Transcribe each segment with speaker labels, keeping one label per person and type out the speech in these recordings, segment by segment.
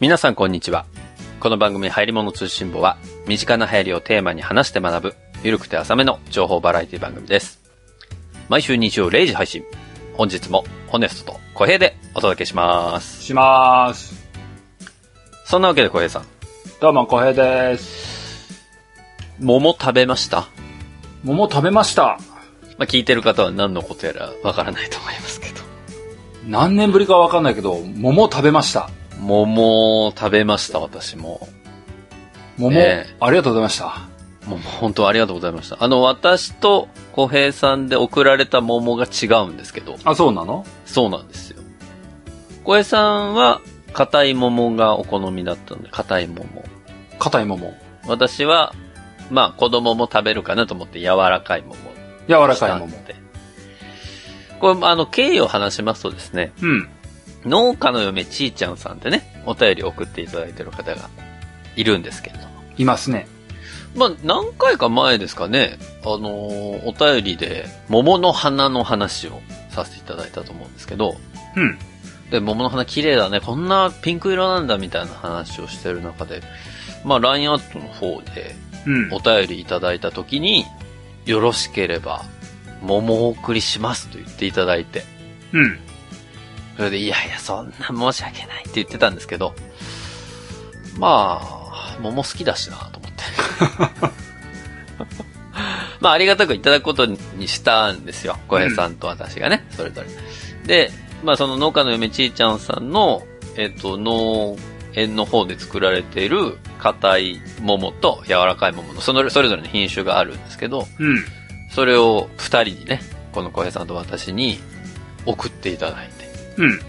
Speaker 1: 皆さんこんにちは。この番組入り物通信簿は、身近な流行りをテーマに話して学ぶ、ゆるくて浅めの情報バラエティ番組です。毎週日曜0時配信。本日も、ホネストと小平でお届けします。
Speaker 2: しまーす。
Speaker 1: そんなわけで小平さん、
Speaker 2: どうも、小平です。
Speaker 1: 桃食べました
Speaker 2: 桃食べました。
Speaker 1: まあ、聞いてる方は何のことやらわからないと思いますけど。
Speaker 2: 何年ぶりかわかんないけど、桃食べました。
Speaker 1: 桃を食べました、私も。
Speaker 2: 桃、
Speaker 1: ねえ
Speaker 2: ありがとうございました。
Speaker 1: もう本当ありがとうございました。あの、私と小平さんで送られた桃が違うんですけど、
Speaker 2: あ、そうなの
Speaker 1: そうなんですよ。小平さんは、硬い桃がお好みだったので、硬い桃。
Speaker 2: 硬い桃。
Speaker 1: 私は、まあ、子供も食べるかなと思って、柔らかい桃。
Speaker 2: 柔らかい
Speaker 1: に
Speaker 2: 桃
Speaker 1: し。たんで。これ、あの、経緯を話しますとですね、
Speaker 2: うん。
Speaker 1: 農家の嫁ちーちゃんさんってね、お便りを送っていただいてる方がいるんですけれども。
Speaker 2: いますね。
Speaker 1: まあ、何回か前ですかね、あのーお便りで、桃の花の話をさせていただいたと思うんですけど、
Speaker 2: うん。
Speaker 1: で、桃の花綺麗だね、こんなピンク色なんだみたいな話をしてる中で、まあ、ラインアットの方で
Speaker 2: うん
Speaker 1: お。便りいただいた時に、よろしければ、桃をお送りしますと言っていただいて、
Speaker 2: うん。
Speaker 1: それで、いやいや、そんな申し訳ないって言ってたんですけど、まあ、桃好きだしなと思って。 まあ、ありがたくいただくことにしたんですよ。小平さんと私がね、それぞれ。で、まあ、その農家の嫁ちいちゃんさんの、えっと、農園の方で作られている硬い桃と柔らかい桃の、その、それぞれの品種があるんですけど、
Speaker 2: うん。
Speaker 1: それを二人にね、この小平さんと私に送っていただいて。
Speaker 2: うん。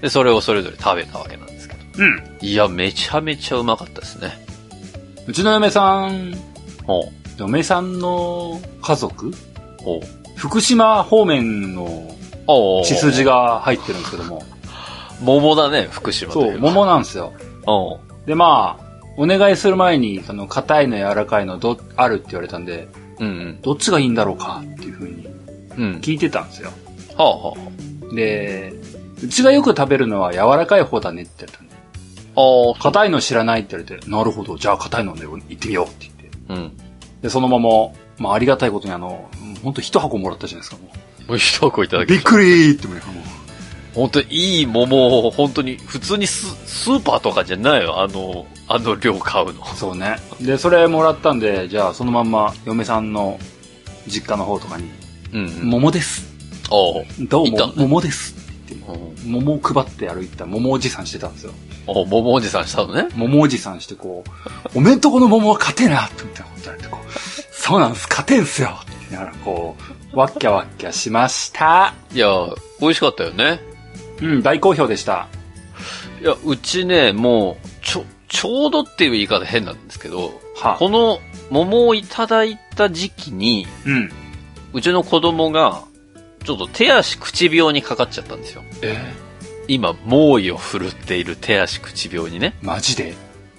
Speaker 1: で、それをそれぞれ食べたわけなんですけど。
Speaker 2: うん。
Speaker 1: いや、めちゃめちゃうまかったですね。
Speaker 2: うちの嫁さん、
Speaker 1: おう
Speaker 2: 嫁さんの家族
Speaker 1: おう
Speaker 2: 福島方面の
Speaker 1: おう
Speaker 2: 血筋。が入ってるんですけども。
Speaker 1: 桃だね、福島とい
Speaker 2: そ
Speaker 1: え
Speaker 2: う、
Speaker 1: ば。
Speaker 2: 桃なんですよ。
Speaker 1: おう
Speaker 2: で、まあ、お願いする前に、その、硬いの柔らかいのど、あるって言われたんで、
Speaker 1: うん
Speaker 2: どっちがいいんだろうかっていうふうに
Speaker 1: うん。うん。
Speaker 2: 聞いてたんですよ。
Speaker 1: はあ、は
Speaker 2: で、うちがよく食べるのは柔らかい方だねって言ったんで、
Speaker 1: あ、おう
Speaker 2: 硬いの知らないって言われて、なるほど、じゃあ硬いので行ってみようって言っ
Speaker 1: う
Speaker 2: て。
Speaker 1: ん。
Speaker 2: で、そのまま、まあありがたいことにあの、ほんと一箱もらったじゃないですか、も
Speaker 1: もう一箱いただ
Speaker 2: う。
Speaker 1: き
Speaker 2: び
Speaker 1: ま
Speaker 2: っ
Speaker 1: した。
Speaker 2: くりーって思いながらもう
Speaker 1: 本当にいい桃を、本当に、普通にス、スーパーとかじゃないよ、あの、あの量買うの。
Speaker 2: そうね。で、それもらったんで、じゃあそのまんま嫁さんの実家の方とかに、
Speaker 1: うんうん。
Speaker 2: 桃です。
Speaker 1: おう
Speaker 2: どう
Speaker 1: いたね
Speaker 2: も、桃で
Speaker 1: う
Speaker 2: す。
Speaker 1: ん
Speaker 2: 桃を配って歩いた桃おじさんしてたんですよ。
Speaker 1: おう桃おじさんしたのね。
Speaker 2: 桃おじさんしてこう、おめんとこの桃は勝てえなってみたいなこと言われてこう、そうなんです、勝てんすよって言いながらこう、わっきゃわっきゃしました。
Speaker 1: いや、美味しかったよね。
Speaker 2: うん、大好評でした。
Speaker 1: いや、うちね、もう、ちょ、ちょうどっていう言い方変なんですけど、
Speaker 2: は
Speaker 1: この桃をいただいた時期に、
Speaker 2: うん。
Speaker 1: うちの子供が、ちょっと手足口病にかかっちゃったんですよ。
Speaker 2: え
Speaker 1: 今、猛威を振るっている手足口病にね、
Speaker 2: マジで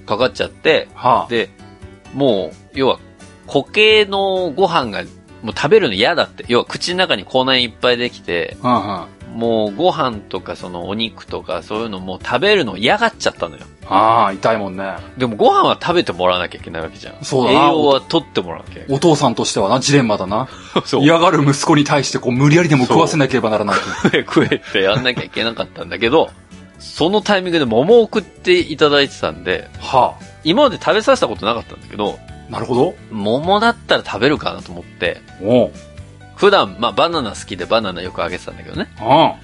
Speaker 1: かかっちゃって、
Speaker 2: はあ。
Speaker 1: で、もう、要は、固形のご飯が、もう食べるの嫌だって。要は、口の中に口内炎いっぱいできて、
Speaker 2: うんうん。あ
Speaker 1: もうご飯とかそのお肉とかそういうのもう食べるの嫌がっちゃったのよ。
Speaker 2: あ、痛いもんね。
Speaker 1: でもご飯は食べてもらわなきゃいけないわけじゃん。
Speaker 2: そうだ
Speaker 1: 栄
Speaker 2: な
Speaker 1: 養は取ってもらわなきゃいけ
Speaker 2: お父さんとしてはな、ジレンマだな。
Speaker 1: ない。そう
Speaker 2: 嫌がる息子に対してこう、無理やりでも食わせなければならない。
Speaker 1: 食え食えってやんなきゃいけなかったんだけど、そのタイミングで桃を送っていただいてたんで、
Speaker 2: は
Speaker 1: 今まで食べさせたことなかったんだけど、
Speaker 2: あ。なるほど。
Speaker 1: 桃だったら食べるかなと思って、
Speaker 2: おう。
Speaker 1: 普段、まあバナナ好きでバナナよくあげてたんだけどね。
Speaker 2: うん。
Speaker 1: ま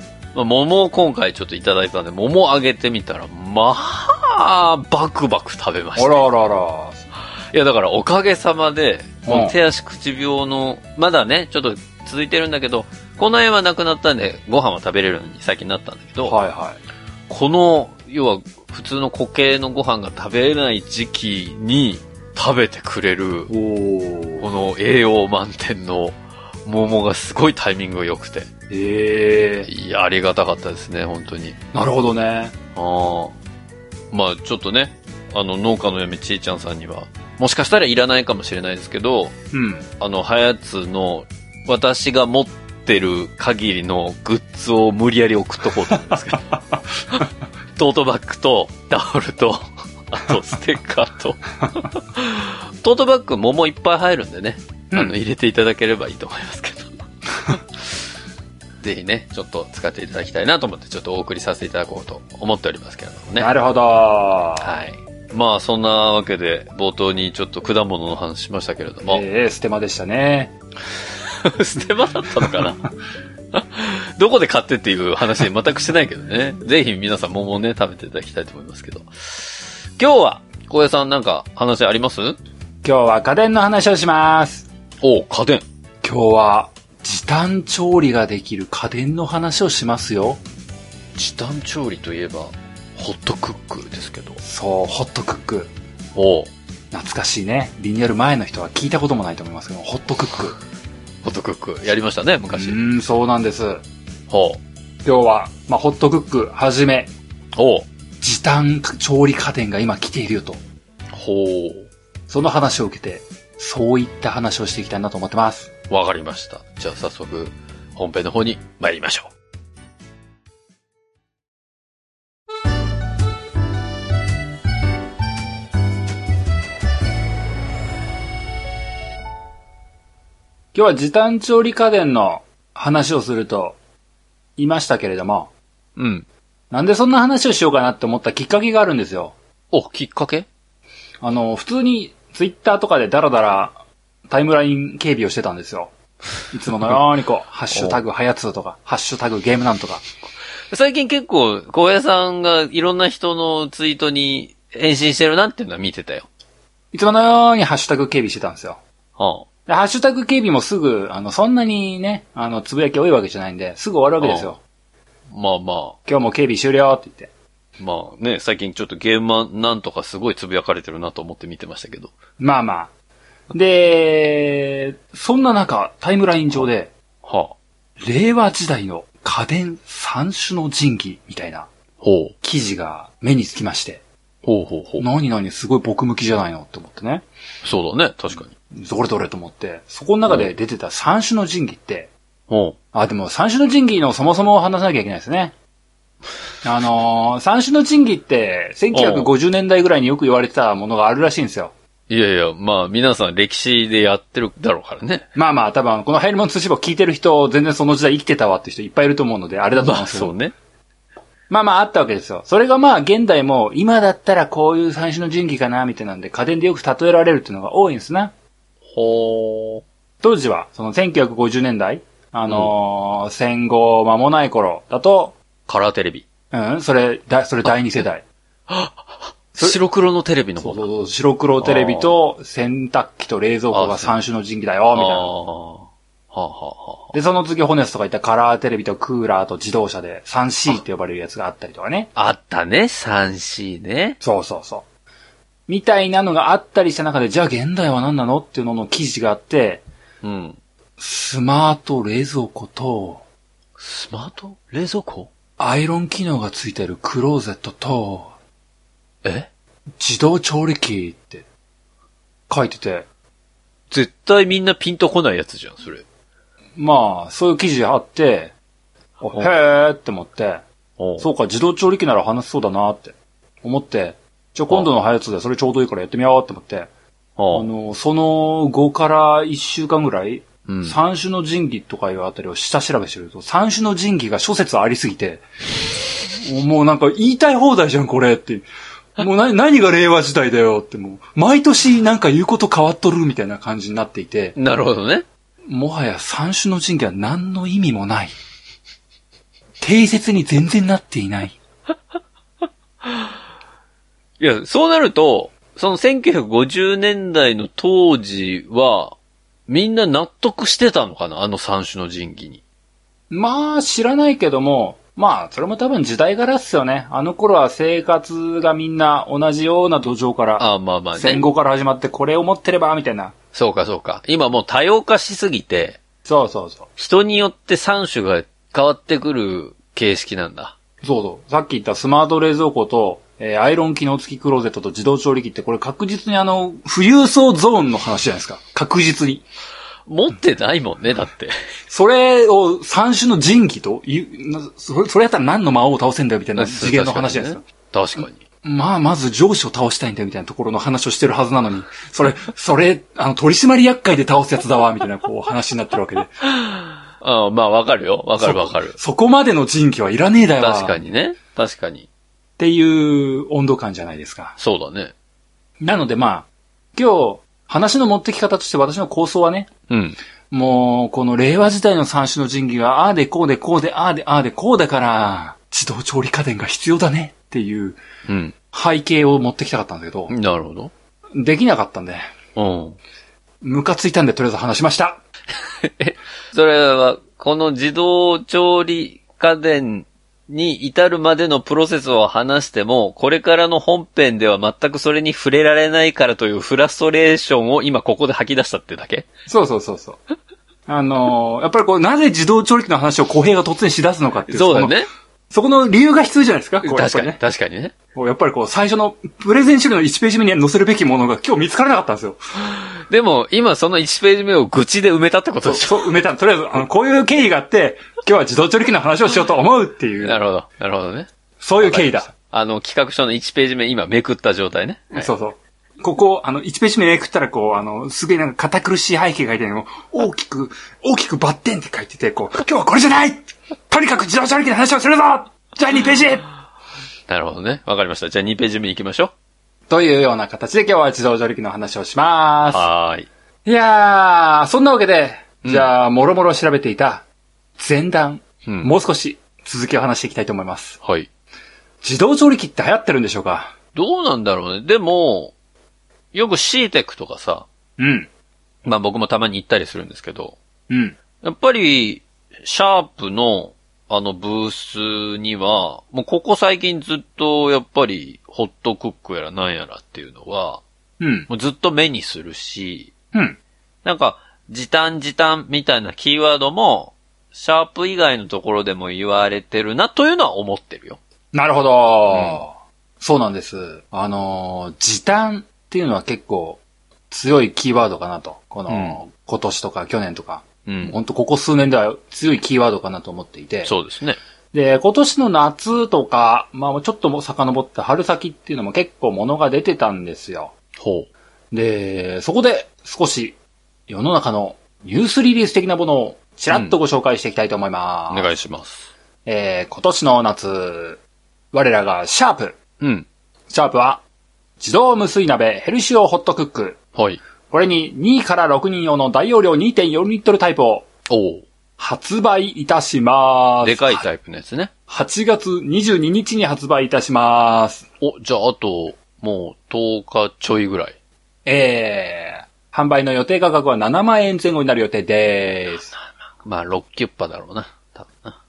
Speaker 1: あ桃を今回ちょっといただいたんで、桃をあげてみたら、まあ、バクバク食べまし
Speaker 2: あ
Speaker 1: た。
Speaker 2: らあらあら。
Speaker 1: いやだからおかげさまで、
Speaker 2: うん
Speaker 1: この手足口病の、まだね、ちょっと続いてるんだけど、この辺はなくなったんで、ご飯は食べれるように先になったんだけど、
Speaker 2: はいは
Speaker 1: この、要は普通の固形のご飯が食べれない時期に食べてくれる
Speaker 2: い。、お
Speaker 1: こ
Speaker 2: お。
Speaker 1: の栄養満点の桃がすごいタイミングが良くて、
Speaker 2: ええ
Speaker 1: いや、ありがたかったですね、本当に。
Speaker 2: なるほどね。
Speaker 1: ああ。まあちょっとね、あの農家の嫁ちいちゃんさんには、もしかしたらいらないかもしれないですけど、
Speaker 2: うん。
Speaker 1: あの、ハヤツの、私が持 ってる限りのグッズを無理やり送っとこうと思うんですけど。トートバッグと、タオルと、あと、ステッカーと。トートバッグ桃いっぱい入るんでね、あ
Speaker 2: う
Speaker 1: の、
Speaker 2: ん
Speaker 1: 入れていただければいいと思いますけど。ぜひね、ちょっと使っていただきたいなと思って、ちょっとお送りさせていただこうと思っておりますけれどもね。
Speaker 2: なるほど。
Speaker 1: はい。まあ、そんなわけで、冒頭にちょっと果物の話しましたけれども、
Speaker 2: ええステマでしたね。
Speaker 1: 捨て場だったのかな どこで買ってっていう話全くしてないけどね。ぜひ皆さん桃をね、食べていただきたいと思いますけど。今日は、小江さんなんか話あります
Speaker 2: 今日は家電の話をします。
Speaker 1: おう家電。
Speaker 2: 今日は時短調理ができる家電の話をしますよ。
Speaker 1: 時短調理といえば、ホットクックですけど。
Speaker 2: そう、ホットクック。
Speaker 1: おう
Speaker 2: 懐かしいね。リニューアル前の人は聞いたこともないと思いますけど、ホットクック。
Speaker 1: ホットクック。やりましたね、
Speaker 2: う
Speaker 1: 昔。
Speaker 2: ーん、そうなんです。
Speaker 1: ほ
Speaker 2: 今日は、まあ、ホットクックはじめ、
Speaker 1: う。おう
Speaker 2: 時短調理家電が今来ているよと。
Speaker 1: ほ
Speaker 2: その話を受けて、そういった話をしていきたいなと思ってます。
Speaker 1: う。わかりました。じゃあ早速、本編の方に参りましょう。
Speaker 2: 今日は時短調理家電の話をすると、言いましたけれども、
Speaker 1: うん。
Speaker 2: なんでそんな話をしようかなって思ったきっかけがあるんですよ。
Speaker 1: お、きっかけ
Speaker 2: あの、普通にツイッターとかでダラダラタイムライン警備をしてたんですよ。いつものようにこう、ハッシュタグはやつとか、ハッシュタグゲームなんとか。
Speaker 1: 最近結構、小江さんがいろんな人のツイートに返信してるなっていうのは見てたよ。
Speaker 2: いつものようにハッシュタグ警備してたんですよ。
Speaker 1: はあ、
Speaker 2: で、ハッシュタグ警備もすぐ、あの、そんなにね、あの、つぶやき多いわけじゃないんで、すぐ終わるわけですよ。
Speaker 1: まあま
Speaker 2: 今日も警備終了って言って。
Speaker 1: あ、まあね、最近ちょっとゲームはなんとかすごいつぶやかれてるなと思って見てましたけど。
Speaker 2: まあまあ。で、そんな中、タイムライン上で、
Speaker 1: はあ、
Speaker 2: 令和時代の家電三種の神器みたいな
Speaker 1: ほう。
Speaker 2: 記事が目につきまして、
Speaker 1: ほうほうほう。
Speaker 2: 何々すごい僕向きじゃないのって思ってね。
Speaker 1: そうだね、確かに。
Speaker 2: どれどれと思って、そこの中で出てた三種の神器って、
Speaker 1: ほ
Speaker 2: あ、でも三種の神器のそもそもを話さなきゃいけないですね。あのー三種の神器って、1950年代ぐらいによく言われてたものがあるらしいんですよ。
Speaker 1: う。いやいや、まあ皆さん歴史でやってるだろうからね。
Speaker 2: まあまあ、多分、この入り物通信簿聞いてる人、全然その時代生きてたわって人いっぱいいると思うので、あれだと思
Speaker 1: ま
Speaker 2: うん
Speaker 1: あ
Speaker 2: ですけど
Speaker 1: そうね。
Speaker 2: まあまああったわけですよ。それがまあ現代も今だったらこういう三種の神器かなみたいなんで家電でよく例えられるっていうのが多いんですな。
Speaker 1: ほう。
Speaker 2: 当時はその1950年代、あのー戦後間もない頃だと、
Speaker 1: カラーテレビ。
Speaker 2: うん、それ、だそれ第二世代。それ
Speaker 1: 白黒のテレビの
Speaker 2: そ
Speaker 1: 方
Speaker 2: う
Speaker 1: だ。
Speaker 2: そうそう、白黒テレビと洗濯機と冷蔵庫が三種の神器だよ、
Speaker 1: あ
Speaker 2: みたい
Speaker 1: あ。
Speaker 2: な。
Speaker 1: はあはあはあ。
Speaker 2: で、その次ホネスとかいったカラーテレビとクーラーと自動車で 3C って呼ばれるやつがあったりとかね。
Speaker 1: あったね、3C ね。
Speaker 2: そうそうそう。みたいなのがあったりした中で、じゃあ現代は何なのっていうのの記事があって、
Speaker 1: うん。
Speaker 2: スマート冷蔵庫と、
Speaker 1: スマート冷蔵庫
Speaker 2: アイロン機能がついてるクローゼットと、
Speaker 1: え
Speaker 2: 自動調理器って書いてて、
Speaker 1: 絶対みんなピンとこないやつじゃん、それ。
Speaker 2: まあ、そういう記事あって、あ
Speaker 1: うん
Speaker 2: へーって思って、
Speaker 1: お
Speaker 2: そうか、自動調理器なら話せそうだなって思って、じゃあ今度のハヤツでそれちょうどいいからやってみようって思って、あ
Speaker 1: お
Speaker 2: の、その後から1週間ぐらい、
Speaker 1: うん。
Speaker 2: 三種の神器とかいうあたりを下調べしてると、三種の神器が諸説ありすぎて、もうなんか言いたい放題じゃん、これって。も うな何が令和時代だよって、もう、毎年なんか言うこと変わっとるみたいな感じになっていて、
Speaker 1: なるほどね。
Speaker 2: もはや三種の神器は何の意味もない。定説に全然なっていない。
Speaker 1: いや、そうなると、その1950年代の当時は、みんな納得してたのかなあの三種の神器に。
Speaker 2: まあ、知らないけども、まあ、それも多分時代柄っすよね。あの頃は生活がみんな同じような土壌から、
Speaker 1: ああ、まあまあね。
Speaker 2: 戦後から始まってこれを持ってれば、みたいな。
Speaker 1: そうかそうか。今もう多様化しすぎて、
Speaker 2: そうそうそう。
Speaker 1: 人によって三種が変わってくる形式なんだ。
Speaker 2: そうそう。さっき言ったスマート冷蔵庫と、えーアイロン機能付きクローゼットと自動調理器って、これ確実にあの、富裕層ゾーンの話じゃないですか。確実に。
Speaker 1: 持ってないもんね、だって。
Speaker 2: それを三種の神器というなそれ、それやったら何の魔王を倒せんだよみたいな次元の話じゃないですか。
Speaker 1: 確かにね。確かに。
Speaker 2: まあ、まず上司を倒したいんだよみたいなところの話をしてるはずなのに、それ、それ、あの、取締役会で倒すやつだわ、みたいな、こう、話にな ってるわけで。
Speaker 1: ああまあ、わかるよ。わかるわかる。
Speaker 2: そこまでの人気はいらねえだよ。
Speaker 1: 確か。にね。確かに。
Speaker 2: っていう温度感じゃないですか。
Speaker 1: そうだね。
Speaker 2: なのでまあ、今日、話の持ってき方として私の構想はね、
Speaker 1: うん。
Speaker 2: もう、この令和時代の三種の神器が、ああでこうでこうで、ああでああでこうだから、自動調理家電が必要だねっていう
Speaker 1: うん。
Speaker 2: 背景を持ってきたかったんだけど、
Speaker 1: なるほど。
Speaker 2: できなかったんで、
Speaker 1: うん。
Speaker 2: ムカついたんでとりあえず話しました。
Speaker 1: それは、この自動調理家電に至るまでのプロセスを話しても、これからの本編では全くそれに触れられないからというフラストレーションを今ここで吐き出したってだけ
Speaker 2: そうそうそうそう。あのーやっぱりこう、なぜ自動調理器の話を公平が突然し出すのかっていう。
Speaker 1: そうだね。
Speaker 2: そこの。そこの理由が必要じゃないですかこうやっ
Speaker 1: 確
Speaker 2: ぱ
Speaker 1: か
Speaker 2: り
Speaker 1: に、
Speaker 2: ね。
Speaker 1: 確かにね。
Speaker 2: こうやっぱりこう、最初のプレゼン資料の1ページ目に載せるべきものが今日見つからなかったんですよ。
Speaker 1: でも、今その1ページ目を愚痴で埋めたってことでしょ
Speaker 2: そう、埋めた。とりあえず、あの、こういう経緯があって、今日は自動調理器の話をしようと思うっていう
Speaker 1: な、るほど。なるほどね。
Speaker 2: そういう経緯だ。
Speaker 1: あの、企画書の1ページ目今めくった状態ね。はい
Speaker 2: そうそう。ここ、あの、1ページ目めくったら、こう、あの、すげえなんか堅苦しい背景が書いてあるの大きく、大きくバッテンって書いてて、こう、今日はこれじゃないとにかく自動車力の話をするぞじゃあ2ページ
Speaker 1: なるほどね。わかりました。じゃあ2ページ目行きましょ
Speaker 2: というような形で今日は自動乗力の話をしま
Speaker 1: う。はーい。
Speaker 2: す。いやー、そんなわけで、
Speaker 1: うん
Speaker 2: じゃあ、もろもろ調べていた前段、
Speaker 1: うん
Speaker 2: もう少し続きを話していきたいと思います。
Speaker 1: はい。
Speaker 2: 自動調理器って流行ってるんでしょうか
Speaker 1: どうなんだろうね。でも、よくシーテックとかさ、
Speaker 2: うん。
Speaker 1: まあ僕もたまに行ったりするんですけど、
Speaker 2: うん。
Speaker 1: やっぱり、シャープの、あのブースには、もうここ最近ずっとやっぱり、ホットクックやらなんやらっていうのは、
Speaker 2: うん。
Speaker 1: もうずっと目にするし、
Speaker 2: うん。
Speaker 1: なんか、時短時短みたいなキーワードも、シャープ以外のところでも言われてるなというのは思ってるよ。
Speaker 2: なるほど、そうなんです。あのー時短っていうのは結構強いキーワードかなと。この、今年とか去年とか。
Speaker 1: うん。
Speaker 2: ほんとここ数年では強いキーワードかなと思っていて。
Speaker 1: そうですね。
Speaker 2: で、今年の夏とか、まあちょっとも遡って春先っていうのも結構物が出てたんですよ。
Speaker 1: ほ
Speaker 2: で、そこで少し世の中のニュースリリース的なものをちらっとご紹介していきたいと思いま
Speaker 1: う。お
Speaker 2: す。
Speaker 1: 願いします。
Speaker 2: えー、今年の夏、我らがシャープ
Speaker 1: うん。
Speaker 2: シャープは、自動無水鍋ヘルシオホットクック。
Speaker 1: はい。
Speaker 2: これに2から6人用の大容量2.4リットルタイプを
Speaker 1: おう
Speaker 2: 発売いたします。
Speaker 1: でかいタイプのやつね。
Speaker 2: 8月22日に発売いたします。
Speaker 1: お、じゃああと、もう10日ちょいぐらい。
Speaker 2: えー、販売の予定価格は7万円前後になる予定です。
Speaker 1: まあ、6キュッパだろうな。多分な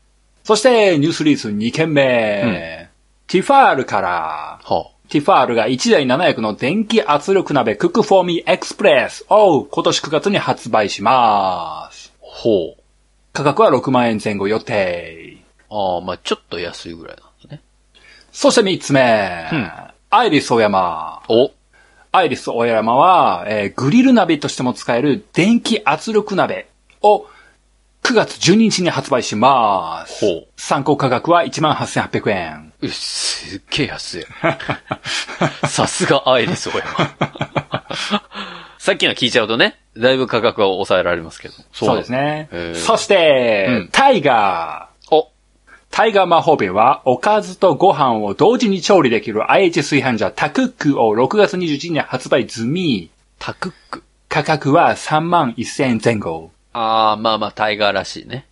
Speaker 2: そして、ニュースリリース2件目。ティファールから、
Speaker 1: は
Speaker 2: ティファールが1台7役の電気圧力鍋クックフォーミーエクスプレスを今年9月に発売します。
Speaker 1: あ、ほう。
Speaker 2: 価格は6万円前後予定。
Speaker 1: ああ、まあ、ちょっと安いぐらいなんだね。
Speaker 2: そして3つ目。
Speaker 1: うん
Speaker 2: アイリスオーヤマ。
Speaker 1: お
Speaker 2: アイリスオーヤマは、えーグリル鍋としても使える電気圧力鍋を9月12日に発売します。
Speaker 1: ほう
Speaker 2: 参考価格は18,800円。
Speaker 1: うっすっげえ安い。 さすが愛です、これは。さっきの聞いちゃうとね、だいぶ価格は抑えられますけど。
Speaker 2: そうです。ね
Speaker 1: へ。ー
Speaker 2: そして、
Speaker 1: うん
Speaker 2: タイガー。
Speaker 1: お、
Speaker 2: タイガー魔法瓶は、おかずとご飯を同時に調理できる IH 炊飯ジャータクックを6月21日に発売済み。
Speaker 1: タクック。
Speaker 2: 価格は3万1000円前後。
Speaker 1: ああ、まあまあ、タイガーらしいね。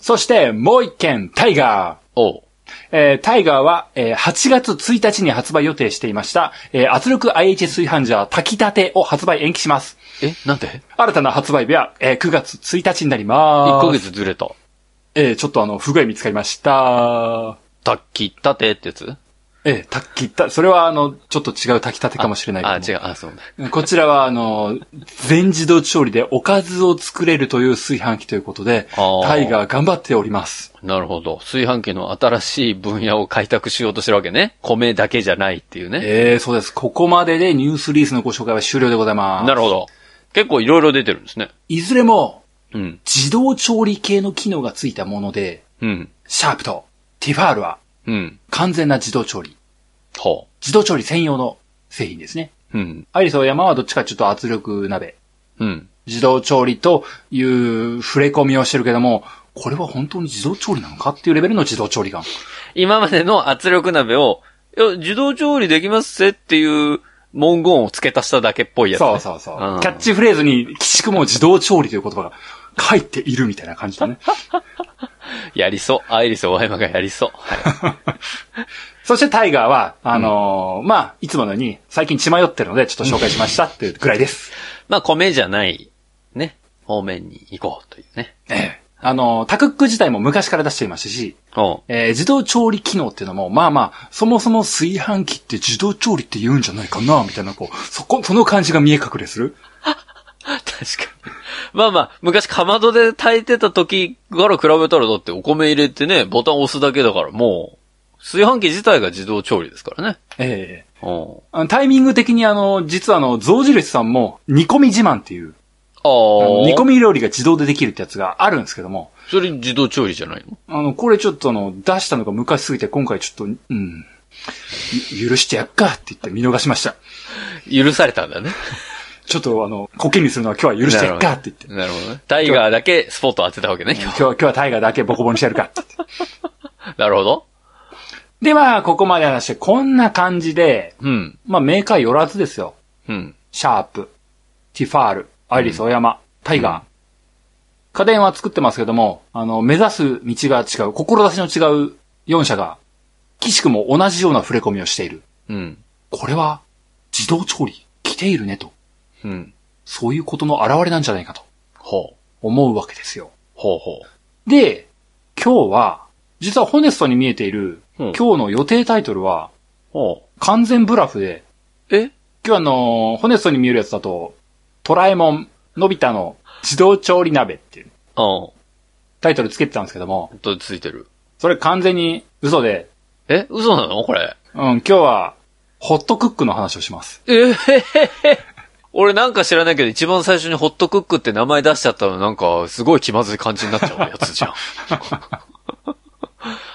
Speaker 2: そして、もう一件、タイガー。
Speaker 1: おう
Speaker 2: えータイガーは、えー8月1日に発売予定していました、えー圧力 IH 炊飯ジャー炊きたてを発売延期します。
Speaker 1: え、なんで
Speaker 2: 新たな発売日は、えー9月1日になりま
Speaker 1: ?1
Speaker 2: す。
Speaker 1: ヶ。月ずれた。
Speaker 2: えーちょっとあの、不具合見つかりました。
Speaker 1: 炊きたてってやつ
Speaker 2: えー炊きた、それはあの、ちょっと違う炊きたてかもしれない
Speaker 1: あ、
Speaker 2: け
Speaker 1: 違
Speaker 2: ど
Speaker 1: う、あ、そうね。
Speaker 2: こちらはあの、全自動調理でおかずを作れるという炊飯器ということで、
Speaker 1: あー
Speaker 2: タイガー頑張っております。
Speaker 1: なるほど。炊飯器の新しい分野を開拓しようとしてるわけね。米だけじゃないっていうね。
Speaker 2: ええそうです。ここまででニュースリースのご紹介は終了でございます。
Speaker 1: なるほど。結構いろいろ出てるんですね。
Speaker 2: いずれも、
Speaker 1: うん。
Speaker 2: 自動調理系の機能がついたもので、
Speaker 1: うん。
Speaker 2: シャープとティファールは
Speaker 1: うん。
Speaker 2: 完全な自動調理。
Speaker 1: は
Speaker 2: 自動調理専用の製品ですね。
Speaker 1: あ。うん。
Speaker 2: アイリスオーヤマはどっちかちょっと圧力鍋。
Speaker 1: うん。
Speaker 2: 自動調理という触れ込みをしてるけども、これは本当に自動調理なのかっていうレベルの自動調理感。
Speaker 1: 今までの圧力鍋を、いや、自動調理できますぜっていう文言を付け足しただけっぽいやつ、ね。
Speaker 2: そうそうそう。
Speaker 1: うん
Speaker 2: キャッチフレーズに、きしくも自動調理という言葉が書いているみたいな感 じだね。
Speaker 1: やりそう。アイリスオーヤマがやりそう。はい。
Speaker 2: そしてタイガーは、あのーまあ、いつものように、最近血迷ってるので、ちょっと紹介しましたっていうぐらいです。
Speaker 1: まあ、米じゃない、ね、方面に行こうというね。
Speaker 2: ええあのータクック自体も昔から出していましたし、
Speaker 1: おう
Speaker 2: えー自動調理機能っていうのも、まあまあ、そもそも炊飯器って自動調理って言うんじゃないかな、みたいな、こう、そこ、その感じが見え隠れする。
Speaker 1: 確かに。まあまあ、昔かまどで炊いてた時から比べたらだってお米入れてね、ボタン押すだけだからもう、炊飯器自体が自動調理ですからね。
Speaker 2: ええ
Speaker 1: おう
Speaker 2: あのタイミング的にあの、実はあの、象印さんも、煮込み自慢っていう、
Speaker 1: あ
Speaker 2: あの
Speaker 1: あ。
Speaker 2: 煮込み料理が自動でできるってやつがあるんですけども、
Speaker 1: それ自動調理じゃないの
Speaker 2: あの、これちょっとあの、出したのが昔すぎて、今回ちょっと、うん、ゆ許してやっかって言って見逃しました。
Speaker 1: 許されたんだね。
Speaker 2: ちょっとあの、コケにするのは今日は許してやっかって言って。
Speaker 1: なるほどね。タイガーだけスポット当てたわけね、今
Speaker 2: 今日は、今日はタイガーだけボコボコにしてやるかって言って。
Speaker 1: 日。なるほど。
Speaker 2: で、まあ、ここまで話して、こんな感じで、
Speaker 1: うん。
Speaker 2: まあ、メーカー寄らずですよ。
Speaker 1: うん。
Speaker 2: シャープ、ティファール、アイリス、オーヤマ、タイガー。家電は作ってますけども、あの、目指す道が違う、志の違う4社が、岸くも同じような触れ込みをしている。
Speaker 1: うん。
Speaker 2: これは自動調理来ているねと、
Speaker 1: うん。
Speaker 2: そういうことの表れなんじゃないかと
Speaker 1: ほう。
Speaker 2: 思うわけですよ。
Speaker 1: ほうほ
Speaker 2: で、今日は、実はホネストに見えている、
Speaker 1: うん
Speaker 2: 今日の予定タイトルは、
Speaker 1: う。ほ
Speaker 2: 完全ブラフで、
Speaker 1: う。え
Speaker 2: 今日あのーホネストに見えるやつだと、トラえもん、のび太の自動調理鍋っていう
Speaker 1: ああ。
Speaker 2: タイトルつけてたんですけども、
Speaker 1: とついてる。
Speaker 2: それ完全に嘘で、
Speaker 1: え嘘なのこれ。
Speaker 2: うん、今日は、ホットクックの話をします。
Speaker 1: えへへへ。 俺なんか知らないけど、一番最初にホットクックって名前出しちゃったのなんか、すごい気まずい感じになっちゃうやつじゃん。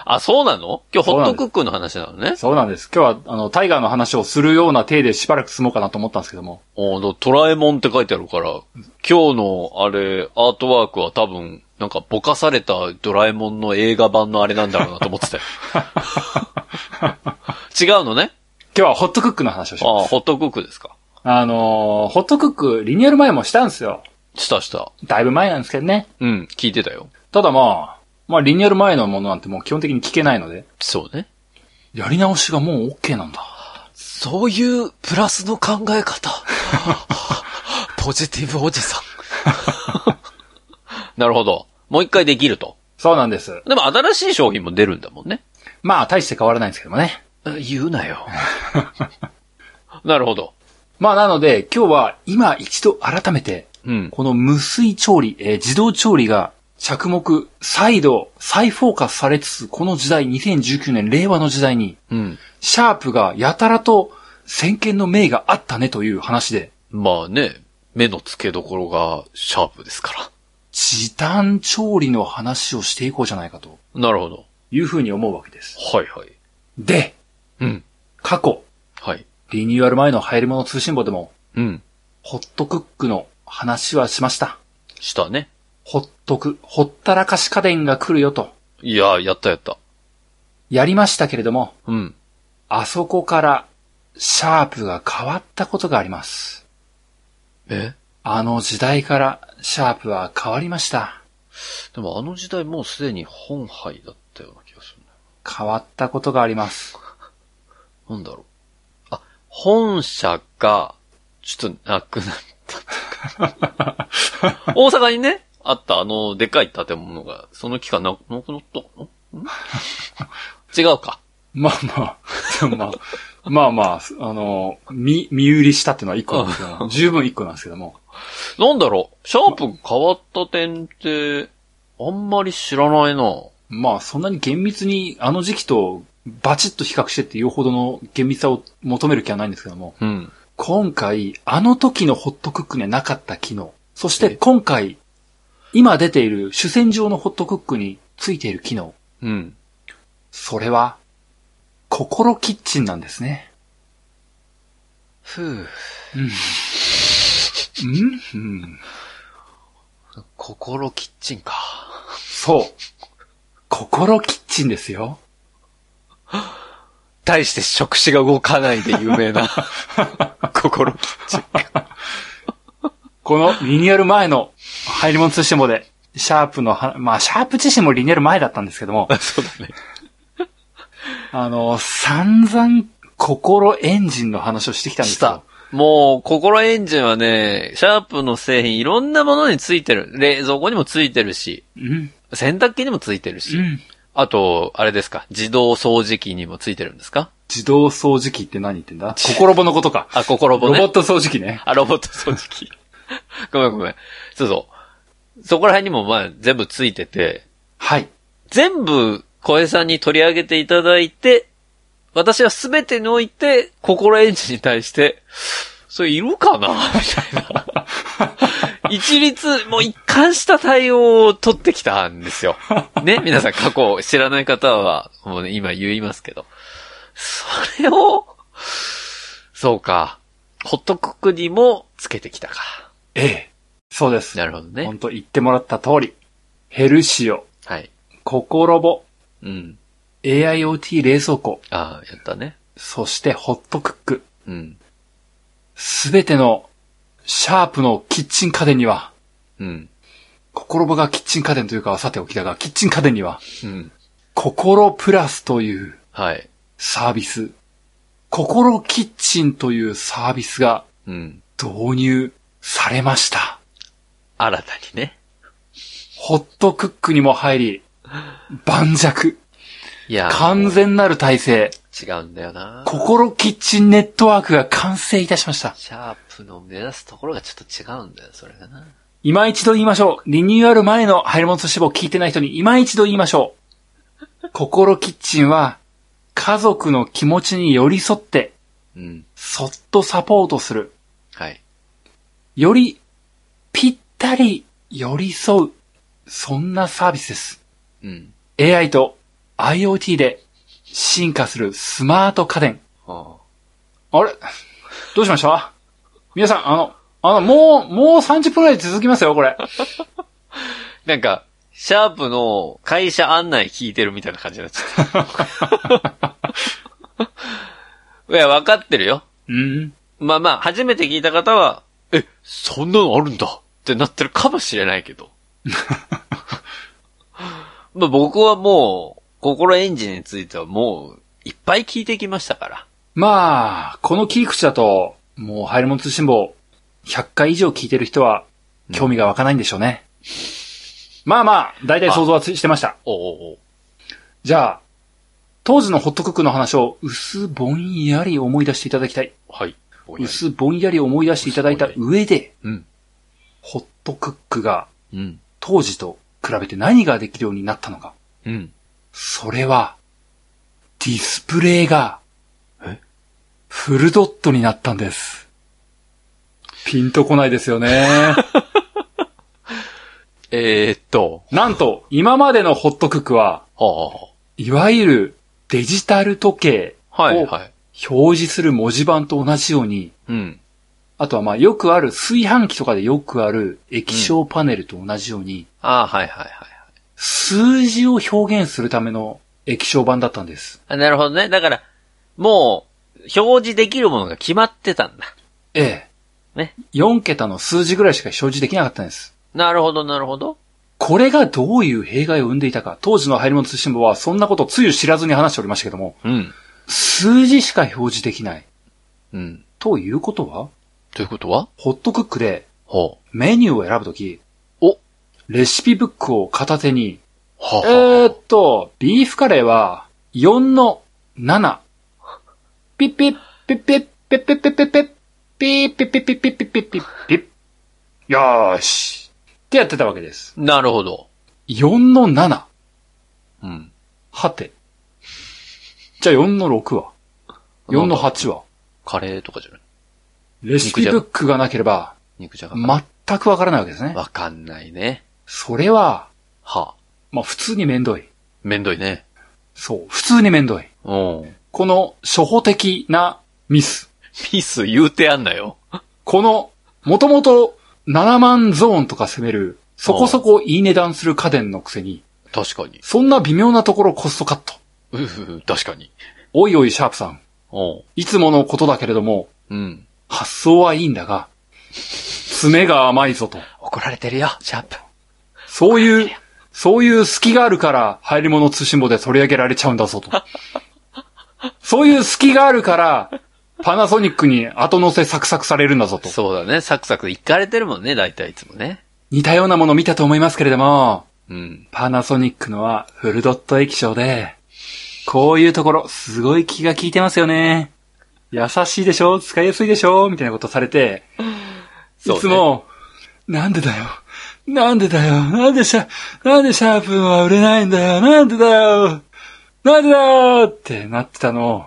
Speaker 1: あ、そうなの今日ホットクックの話なのね。
Speaker 2: そうなんです。今日は、あの、タイガーの話をするような体でしばらく済もうかなと思ったんですけども、
Speaker 1: おーだトラえもんって書いてあるから、今日のあれ、アートワークは多分、なんかぼかされたドラえもんの映画版のあれなんだろうなと思ってたよ。違うのね
Speaker 2: 今日はホットクックの話をし
Speaker 1: あ
Speaker 2: ま
Speaker 1: あ、
Speaker 2: す。
Speaker 1: ホットクックですか。
Speaker 2: あのーホットクック、リニューアル前もしたんですよ。
Speaker 1: したした。
Speaker 2: だいぶ前なんですけどね。
Speaker 1: うん、聞いてたよ。
Speaker 2: ただまあ、まあリニューアル前のものなんてもう基本的に聞けないので、
Speaker 1: そうね。
Speaker 2: やり直しがもう OK なんだ。
Speaker 1: そういうプラスの考え 方。ポジティブおじさん。 なるほど。もう一回できると。
Speaker 2: そうなんです。
Speaker 1: でも新しい商品も出るんだもんね。
Speaker 2: まあ、大して変わらないんですけどもね。
Speaker 1: 言うなよ。 なるほど。
Speaker 2: まあ、なので、今日は今一度改めて、
Speaker 1: うん。
Speaker 2: この無水調理、えー自動調理が着目、再度、再フォーカスされつつ、この時代、2019年、令和の時代に、
Speaker 1: うん。
Speaker 2: シャープがやたらと先見の明があったねという話で、
Speaker 1: まあね、目の付けどころがシャープですか
Speaker 2: 時短調理の話をしていこうじゃないかと
Speaker 1: ら。なるほど。
Speaker 2: いうふうに思うわけです。
Speaker 1: はいはい。
Speaker 2: で、
Speaker 1: うん。
Speaker 2: 過去、
Speaker 1: はい。
Speaker 2: リニューアル前の流行り物通信簿でも、
Speaker 1: うん。
Speaker 2: ホットクックの話はしました。
Speaker 1: したね。
Speaker 2: ホットク、ほったらかし家電が来るよと、
Speaker 1: いや、やったやった。
Speaker 2: やりましたけれども、
Speaker 1: うん。
Speaker 2: あそこから、シャープが変わったことがあります。
Speaker 1: え
Speaker 2: あの時代から、シャープは変わりました。
Speaker 1: でもあの時代もうすでに本杯だったような気がするんだよ
Speaker 2: 変わったことがあります。
Speaker 1: なんだろう。あ、本社が、ちょっとなくなった っていうか大阪にね、あったあの、でかい建物が、その期間なくなくなったの ん違うか。
Speaker 2: まあまあ、でもまあ、 まあまあ、あの、見、見売りしたっていうのは一個なんですけども、十分一個なんですけども。
Speaker 1: なんだろう、シャープが変わった点って、あんまり知らないな。
Speaker 2: まあ、そんなに厳密にあの時期とバチッと比較してっていうほどの厳密さを求める気はないんですけども、
Speaker 1: うん。
Speaker 2: 今回、あの時のホットクックにはなかった機能。そして今回、今出ている主戦場のホットクックについている機能。
Speaker 1: うん。
Speaker 2: それは、心キッチンなんですね。
Speaker 1: ふぅ。
Speaker 2: うん、うん、
Speaker 1: 心キッチンか。
Speaker 2: そう。心キッチンですよ。
Speaker 1: 対して触手が動かないで有名な。 心キッチン。
Speaker 2: このリニューアル前の入り物通信簿で、シャープのは、まあ、シャープ自身もリニューアル前だったんですけど も、
Speaker 1: そうだね。
Speaker 2: あの、散々心エンジンの話をしてきたんですよ。
Speaker 1: もう、心エンジンはね、シャープの製品いろんなものについてる。冷蔵庫にもついてるし、
Speaker 2: うん。
Speaker 1: 洗濯機にもついてるし、
Speaker 2: うん。
Speaker 1: あと、あれですか、自動掃除機にもついてるんですか
Speaker 2: 自動掃除機って何言ってんだ心棒のことか。
Speaker 1: あ、心
Speaker 2: ロ
Speaker 1: 棒ね。
Speaker 2: ボット掃除機ね。
Speaker 1: あ、ロボット掃除機。ごめんごめん。そうそう。そこら辺にもまあ全部ついてて、
Speaker 2: はい。
Speaker 1: 全部小江さんに取り上げていただいて、私は全てにおいて、心エンジンに対して、それいるかなみたいな。一律、もう一貫した対応を取ってきたんですよ。ね皆さん過去知らない方は、もうね、今言いますけど。それを、そうか。ホットクックにもつけてきたか。
Speaker 2: ええ。そうです。
Speaker 1: なるほどね
Speaker 2: 本。当言ってもらった通り。ヘルシオ、
Speaker 1: はい。
Speaker 2: 心棒、
Speaker 1: うん。
Speaker 2: AIoT 冷蔵庫、
Speaker 1: ああ、やったね。
Speaker 2: そしてホットクック。
Speaker 1: うん。
Speaker 2: すべてのシャープのキッチン家電には、
Speaker 1: うん。
Speaker 2: 心棒がキッチン家電というかはさておきだが、キッチン家電には、
Speaker 1: うん。
Speaker 2: 心プラスという
Speaker 1: はい。
Speaker 2: サービス、心キッチンというサービスが
Speaker 1: うん。
Speaker 2: 導入されました。
Speaker 1: 新たにね。
Speaker 2: ホットクックにも入り、盤石、
Speaker 1: いやー、
Speaker 2: 完全なる体制、
Speaker 1: もう違うんだよな。
Speaker 2: 心キッチンネットワークが完成いたしました。
Speaker 1: シャープの目指すところがちょっと違うんだよ、それがな。
Speaker 2: 今一度言いましょう。リニューアル前の入り物と志望聞いてない人に今一度言いましょう。心キッチンは、家族の気持ちに寄り添って、
Speaker 1: うん。
Speaker 2: そっとサポートする。
Speaker 1: はい。
Speaker 2: より、ぴったり寄り添う。そんなサービスです。
Speaker 1: うん。
Speaker 2: AI と IoT で進化するスマート家電。
Speaker 1: は
Speaker 2: あれどうしました皆さん、あの、あの、もう、もう30分くらい続きますよ、これ。
Speaker 1: あ、なんか、シャープの会社案内聞いてるみたいな感じになっちゃ った。いや、わかってるよ。
Speaker 2: うん。
Speaker 1: まあまあ、初めて聞いた方は、え、そんなのあるんだってなってるかもしれないけ ど。まあ僕はもう、心エンジンについてはもう、いっぱい聞いてきましたから。
Speaker 2: まあ、この切り口だと、もう、入り物通信簿、100回以上聞いてる人は、興味が湧かないんでしょうね。まあまあ、大体想像はつしてました。
Speaker 1: おうおうおう
Speaker 2: じゃあ、当時のホットクックの話を、薄ぼんやり思い出していただきたい。
Speaker 1: はい。
Speaker 2: 薄ぼんやり思い出していただいた上で、
Speaker 1: うん。
Speaker 2: ホットクックが、
Speaker 1: うん。
Speaker 2: 当時と比べて何ができるようになったのか。
Speaker 1: うん。
Speaker 2: それは、ディスプレイが
Speaker 1: え、
Speaker 2: フルドットになったんです。ピンとこないです よね。
Speaker 1: えー、っと、
Speaker 2: なんと、今までのホットクックは、
Speaker 1: はい
Speaker 2: わゆるデジタル時計
Speaker 1: あ、はい、
Speaker 2: お
Speaker 1: はい。
Speaker 2: 表示する文字盤と同じように、
Speaker 1: うん。
Speaker 2: あとはまあよくある炊飯器とかでよくある液晶パネルと同じように、
Speaker 1: ああ、はい、はい、はいはい。
Speaker 2: 数字を表現するための液晶版だったんです。
Speaker 1: あなるほどね。だから、もう、表示できるものが決まってたんだ。
Speaker 2: ええ。
Speaker 1: ね。
Speaker 2: 4桁の数字ぐらいしか表示できなかったんです。
Speaker 1: なるほど、なるほど。
Speaker 2: これがどういう弊害を生んでいたか、当時の入り物通信簿はそんなことつゆ知らずに話しておりましたけども、
Speaker 1: うん。
Speaker 2: 数字しか表示できない。
Speaker 1: うん。
Speaker 2: ということは、
Speaker 1: ということは
Speaker 2: ホットクックで
Speaker 1: ほう。
Speaker 2: メニューを選ぶとき、
Speaker 1: お
Speaker 2: レシピブックを片手に、
Speaker 1: は
Speaker 2: えーっと、ビーフカレーは4の7。ピッピッ、ピッピッ、ピッピッピッピッピッ、ピッピッピッピッピッピッピッピッピッ。よーし。ってやってたわけです。
Speaker 1: なるほど。
Speaker 2: 4の7。
Speaker 1: うん。
Speaker 2: はて。じゃあ4の6は ?4 の8は
Speaker 1: カレーとかじゃない
Speaker 2: レシピブックがなければ、
Speaker 1: 肉じゃが。わ、
Speaker 2: 全くわからないわけですね。
Speaker 1: かんないね。
Speaker 2: それは、
Speaker 1: はあ、
Speaker 2: まあ普通にめんどい。
Speaker 1: めんどいね。
Speaker 2: そう、普通にめんどい。
Speaker 1: うん。
Speaker 2: この初歩的なミス。
Speaker 1: ピース言うてやんなよ。
Speaker 2: この、もともと7万ゾーンとか攻める、そこそこいい値段する家電のくせに、
Speaker 1: 確かに。
Speaker 2: そんな微妙なところコストカット。
Speaker 1: うふふ、確かに。
Speaker 2: おいおいシャープさん、
Speaker 1: お
Speaker 2: いつものことだけれども、
Speaker 1: ううん。
Speaker 2: 発想はいいんだが、爪が甘いぞと。
Speaker 1: 怒られてるよ、シャープ。
Speaker 2: そういう、そういう隙があるから、入り物通信簿で取り上げられちゃうんだぞと。そういう隙があるから、パナソニックに後乗せサクサクされるんだぞと。
Speaker 1: そうだね、サクサクいかれてるもんね、大体いつもね。
Speaker 2: 似たようなもの見たと思いますけれども、
Speaker 1: うん。
Speaker 2: パナソニックのはフルドット液晶で、こういうところ、すごい気が利いてますよね。優しいでしょ使いやすいでしょみたいなことされて、い
Speaker 1: そうね
Speaker 2: つも、なんでだよ。なんでだよ。なんでシャ、なんでシャープは売れないんだよ。なんでだよ。なんでだよってなってたのを、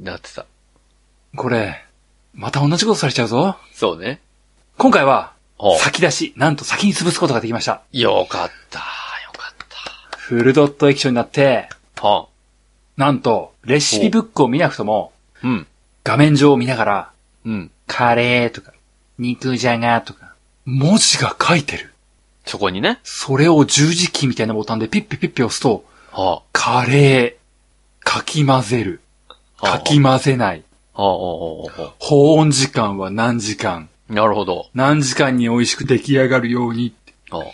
Speaker 1: なってた。
Speaker 2: これ、また同じことされちゃうぞ。
Speaker 1: そうね。
Speaker 2: 今回は、
Speaker 1: おう
Speaker 2: 先出し、なんと先に潰すことができました。
Speaker 1: よかった、よかっ
Speaker 2: フルドット液晶になって、
Speaker 1: た。は
Speaker 2: なんと、レシピブックを見なくとも、
Speaker 1: あ、うん。
Speaker 2: 画面上を見ながら、
Speaker 1: うん。
Speaker 2: カレーとか、肉じゃがとか、文字が書いてる。
Speaker 1: そこにね。
Speaker 2: それを十字キーみたいなボタンでピッピピッピ押すと、
Speaker 1: は
Speaker 2: カレー、かき混ぜる、
Speaker 1: あ、はあ
Speaker 2: かき混ぜない、
Speaker 1: はあ、はあ、はあ、は
Speaker 2: 保温時間は何時間、
Speaker 1: あ。なるほど。
Speaker 2: 何時間に美味しく出来上がるように、
Speaker 1: はあ、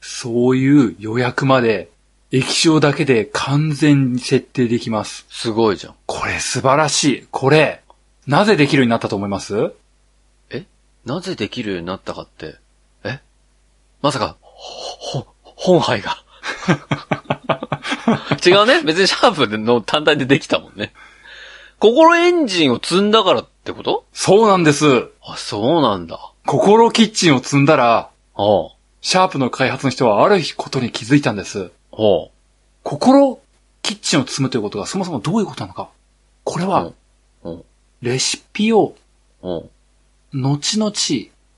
Speaker 2: そういう予約まで、液晶だけで完全に設定できます。
Speaker 1: すごいじゃん。
Speaker 2: これ素晴らしい。これ、なぜできるようになったと思います
Speaker 1: なぜできるようになったかって、えまさか、ほ、ほ、本杯が。 違うね。別にシャープの単体でできたもんね。心エンジンを積んだからってこと
Speaker 2: そうなんです。
Speaker 1: あ、そうなんだ。
Speaker 2: 心キッチンを積んだら、
Speaker 1: ああ、
Speaker 2: シャープの開発の人はあることに気づいたんです。
Speaker 1: ほ
Speaker 2: 心キッチンを積むということがそもそもどういうことなのか。これ
Speaker 1: う。
Speaker 2: は、
Speaker 1: うん。うん。
Speaker 2: レシピを
Speaker 1: うん。
Speaker 2: 後々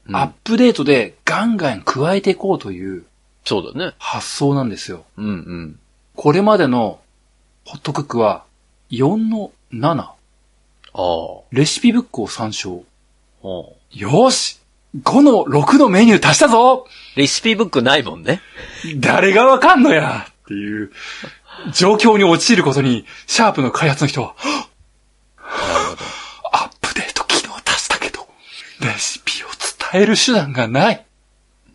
Speaker 1: うん
Speaker 2: アップデートでガンガン加えていこうという
Speaker 1: そうだね。
Speaker 2: 発想なんですよ。
Speaker 1: うんうん。
Speaker 2: これまでのホットクックは4の7。
Speaker 1: ああ、
Speaker 2: レシピブックを参照。
Speaker 1: ほう。
Speaker 2: よーし !5 の6のメニュー足したぞ
Speaker 1: レシピブックないもんね。
Speaker 2: 誰がわかんのやっていう状況に陥ることに、シャープの開発の人は、
Speaker 1: なるほど。
Speaker 2: アップデート機能を足したけど、レシピを伝える手段がない。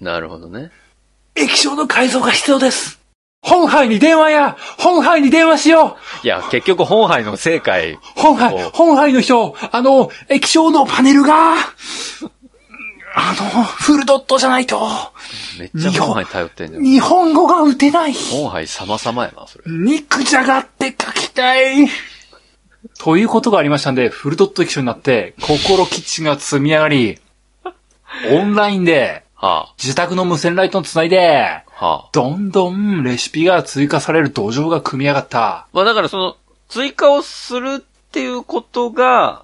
Speaker 1: なるほどね。
Speaker 2: 液晶の改造が必要です。本杯に電話や本杯に電話しよう
Speaker 1: いや、結局本杯の正解。
Speaker 2: 本杯
Speaker 1: お、
Speaker 2: 本杯の人、あの、液晶のパネルが、あの、フルドットじゃないと、
Speaker 1: めっちゃ本杯頼ってんじゃん。
Speaker 2: 日本語が打てない。
Speaker 1: 本杯様々やな、それ。
Speaker 2: 肉じゃがって書きたい。ということがありましたんで、フルドット液晶になって、心キッチンが積み上がり、オンラインで、
Speaker 1: は
Speaker 2: 自宅の無線ライトをつないで、
Speaker 1: あ、はあ。
Speaker 2: どんどんレシピが追加される土壌が組み上がった。
Speaker 1: まあだからその、追加をするっていうことが、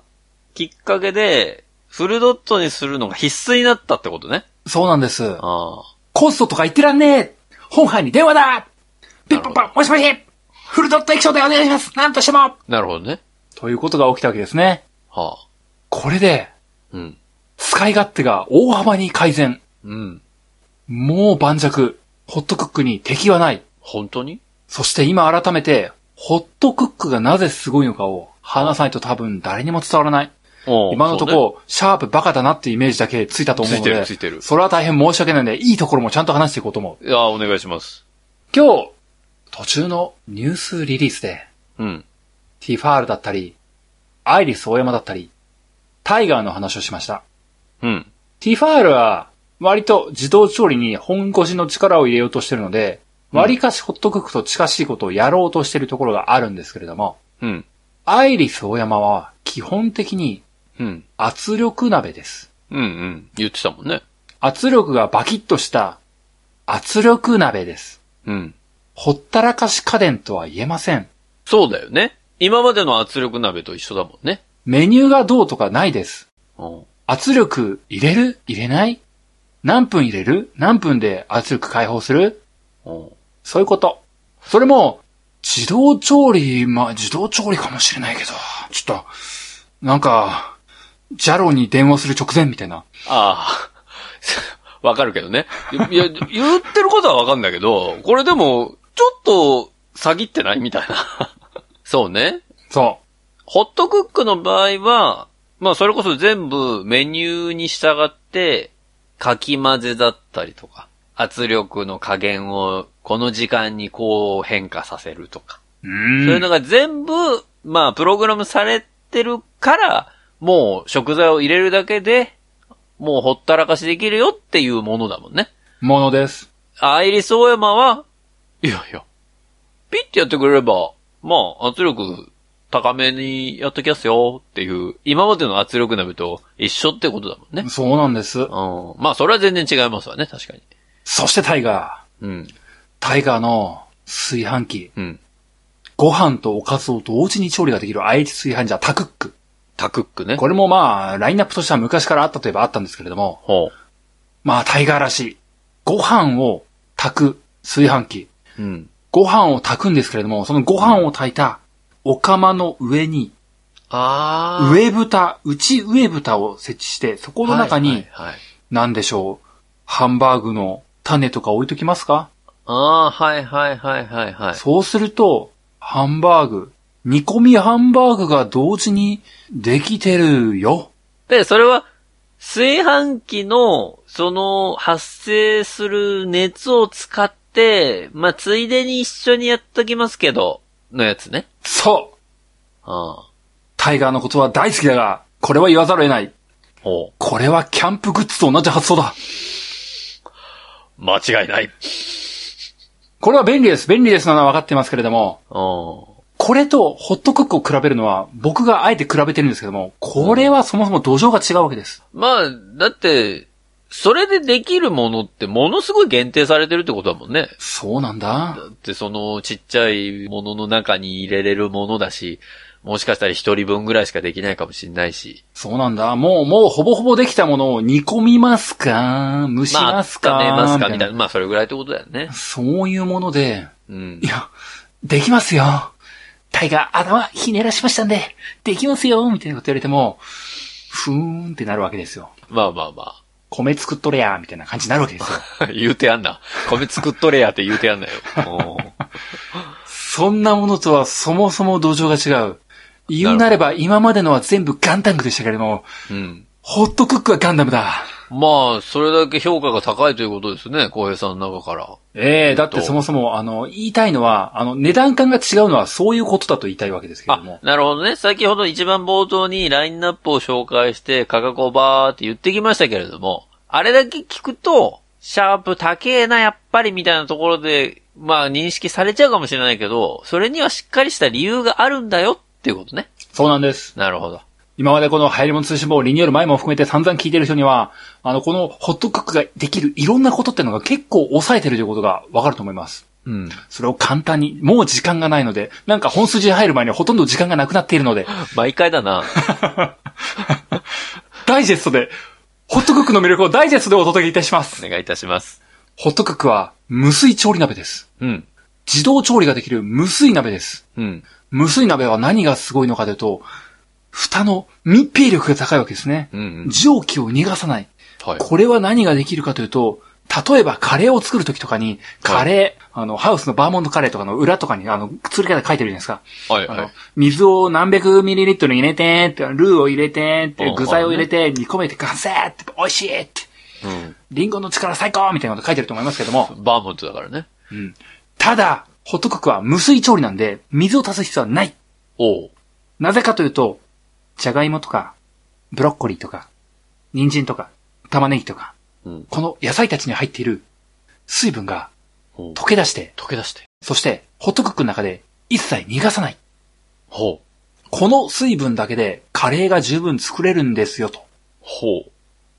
Speaker 1: きっかけで、フルドットにするのが必須になったってことね。
Speaker 2: そうなんです。
Speaker 1: ああ。
Speaker 2: コストとか言ってらんねえ本班に電話だピッポッ
Speaker 1: な
Speaker 2: ポンもしもしフルドット液晶でお願いしますなんとしても
Speaker 1: なるほどね。
Speaker 2: ということが起きたわけですね。
Speaker 1: はあ。
Speaker 2: これで、
Speaker 1: うん。
Speaker 2: 使い勝手が大幅に改善。
Speaker 1: うん。
Speaker 2: もう盤石。ホットクックに敵はない。
Speaker 1: 本当に
Speaker 2: そして今改めて、ホットクックがなぜすごいのかを話さないと多分誰にも伝わらない。
Speaker 1: おう
Speaker 2: 今のところ、シャープバカだなっていうイメージだけついたと
Speaker 1: そう
Speaker 2: 思う
Speaker 1: ねつ
Speaker 2: の
Speaker 1: いてる、
Speaker 2: で
Speaker 1: つ、いてる。
Speaker 2: それは大変申し訳ないので、いいところもちゃんと話していこうと思う。
Speaker 1: いや、お願いします。
Speaker 2: 今日、途中のニュースリリースで、
Speaker 1: うん。
Speaker 2: ティファールだったり、アイリス大山だったり、タイガーの話をしました。
Speaker 1: うん。
Speaker 2: ティファールは、割と自動調理に本腰の力を入れようとしてるの
Speaker 1: う
Speaker 2: で、
Speaker 1: ん
Speaker 2: 割かしホットクックと近しいことをやろうとしてるところがあるんですけれども、
Speaker 1: うん。
Speaker 2: アイリス大山は基本的に
Speaker 1: うん。
Speaker 2: 圧力鍋です。
Speaker 1: うんうん。言ってたもんね。
Speaker 2: 圧力がバキッとした圧力鍋です。
Speaker 1: うん。
Speaker 2: ほったらかし家電とは言えません。
Speaker 1: そうだよね。今までの圧力鍋と一緒だもんね。
Speaker 2: メニューがどうとかないです。
Speaker 1: おう
Speaker 2: 圧力入れる入れない何分入れる何分で圧力解放する
Speaker 1: うん
Speaker 2: そういうこと。それも、自動調理、まあ、自動調理かもしれないけど、ちょっと、なんか、ジャロに電話する直前みたいな。
Speaker 1: ああ、 わかるけどね。いや、言ってることはわかんだけど、これでも、ちょっと、詐欺ってないみたいな。 そうね。
Speaker 2: そ
Speaker 1: ホットクックの場合は、まあそれこそ全部メニューに従って、かき混ぜだったりとか、圧力の加減をこの時間にこう変化させるとか。
Speaker 2: う。う
Speaker 1: そうい
Speaker 2: ー。
Speaker 1: うんのが全部、まあ、プログラムされてるから、もう食材を入れるだけで、もうほったらかしできるよっていうものだもんね。
Speaker 2: ものです。
Speaker 1: アイリス・オーエマは、いやいや、ピッてやってくれれば、まあ、圧力高めにやっときますよっていう、今までの圧力鍋と一緒ってことだもんね。
Speaker 2: そうなんです。
Speaker 1: うん。まあ、それは全然違いますわね、確かに。
Speaker 2: そしてタイガー。
Speaker 1: うん。
Speaker 2: タイガーの炊飯器。
Speaker 1: うん。
Speaker 2: ご飯とおかずを同時に調理ができる IH 炊飯ジャータクック。
Speaker 1: タクックね。
Speaker 2: これもまあ、ラインナップとしては昔からあったといえばあったんですけれども、
Speaker 1: ほ
Speaker 2: まあ、タイガーらしい。ご飯を炊く炊飯器。
Speaker 1: う。うん。
Speaker 2: ご飯を炊くんですけれども、そのご飯を炊いたお釜の上に、
Speaker 1: あー。
Speaker 2: 上蓋、内上蓋を設置して、そこの中
Speaker 1: はい
Speaker 2: に、
Speaker 1: はいはい
Speaker 2: なんでしょう、ハンバーグの種とか置いときますか
Speaker 1: ああ、はいはいはいはいはい。
Speaker 2: そうすると、ハンバーグ、煮込みハンバーグが同時にできてるよ。
Speaker 1: で、それは、炊飯器の、その、発生する熱を使って、まあ、ついでに一緒にやっときますけど、のやつね。
Speaker 2: そう
Speaker 1: ああ。
Speaker 2: タイガーのことは大好きだが、これは言わざるを得ない。
Speaker 1: ほ
Speaker 2: これはキャンプグッズと同じ発想だ。
Speaker 1: う。間違いない。
Speaker 2: これは便利です。便利ですなのは分かってますけれども、
Speaker 1: うん。
Speaker 2: これとホットクックを比べるのは、僕があえて比べてるんですけども、これはそもそも土壌が違うわけです。
Speaker 1: まあ、だって、それでできるものってものすごい限定されてるってことだもんね。
Speaker 2: そうなん
Speaker 1: だ
Speaker 2: だ。
Speaker 1: ってそのちっちゃいものの中に入れれるものだし、もしかしたら一人分ぐらいしかできないかもしれないし。
Speaker 2: そうなんだ。もう、もうほぼほぼできたものを煮込みますか蒸し
Speaker 1: まあ、
Speaker 2: ますか、
Speaker 1: ねますか
Speaker 2: み
Speaker 1: み
Speaker 2: た
Speaker 1: たい
Speaker 2: いな
Speaker 1: な。まあ、それぐらいってことだよね。
Speaker 2: そういうもので、
Speaker 1: うん
Speaker 2: い。や、できますよ。タイガー頭ひねらしましたんで、できますよみたいなこと言われても、ふーんってなるわけですよ。
Speaker 1: まあまあま
Speaker 2: 米作っとれやみたいな感じになるわけですよ。
Speaker 1: あ。 言うてやんな。米作っとれやって言うてやんなよ。おー
Speaker 2: そんなものとはそもそも土壌が違う。言うなれば今までのは全部ガンダムでしたけれども、
Speaker 1: うん。
Speaker 2: ホットクックはガンダムだ。
Speaker 1: まあ、それだけ評価が高いということですね、浩平さんの中から。
Speaker 2: ええだって
Speaker 1: どう
Speaker 2: そもそも、あの、言いたいのは、あの、値段感が違うのはそういうことだと言いたいわけですけれど
Speaker 1: あ
Speaker 2: も、。
Speaker 1: なるほどね。先ほど一番冒頭にラインナップを紹介して価格をバーって言ってきましたけれども、あれだけ聞くと、シャープ高えな、やっぱりみたいなところで、まあ認識されちゃうかもしれないけど、それにはしっかりした理由があるんだよっていうことね。
Speaker 2: そうなんです。
Speaker 1: なるほど。
Speaker 2: 今までこの流行り物通信簿、リニューアル前も含めて散々聞いてる人には、あの、このホットクックができるいろんなことってのが結構抑えてるということがわかると思います。
Speaker 1: うん。
Speaker 2: それを簡単に、もう時間がないので、なんか本筋に入る前にはほとんど時間がなくなっているので、
Speaker 1: 毎回だな。
Speaker 2: ダイジェストで、ホットクックの魅力をダイジェストでお届けいたします。
Speaker 1: お願いいたします。
Speaker 2: ホットクックは無水調理鍋です。
Speaker 1: うん。
Speaker 2: 自動調理ができる無水鍋です。
Speaker 1: うん。
Speaker 2: 無水鍋は何がすごいのかというと、蓋の密閉力が高いわけですね。
Speaker 1: うんうん。
Speaker 2: 蒸気を逃がさない。
Speaker 1: はい。
Speaker 2: これは何ができるかというと、例えばカレーを作るときとかに、カレー、あの、ハウスのバーモントカレーとかの裏とかに、あの、釣り方書いてるじゃないですか。
Speaker 1: はい、
Speaker 2: あ
Speaker 1: は
Speaker 2: の
Speaker 1: い。、
Speaker 2: 水を何百ミリリットル入れて、ってルーを入れて、って具材を入れて、煮込めて完成って、美味しいって、リンゴの力最高みたいなこと書いてると思いますけども
Speaker 1: う、ん。バーモントだからね。
Speaker 2: ただ、ホットクックは無水調理なんで、水を足す必要はない。
Speaker 1: おう。
Speaker 2: なぜかというと、じゃがいもとか、ブロッコリーとか、人参とか、玉ねぎとか、
Speaker 1: うん。
Speaker 2: この野菜たちに入っている水分が
Speaker 1: ほう。
Speaker 2: 溶け出して、
Speaker 1: 溶け出して。
Speaker 2: そして、ホットクックの中で一切逃がさない。
Speaker 1: ほう。
Speaker 2: この水分だけでカレーが十分作れるんですよ、と
Speaker 1: ほ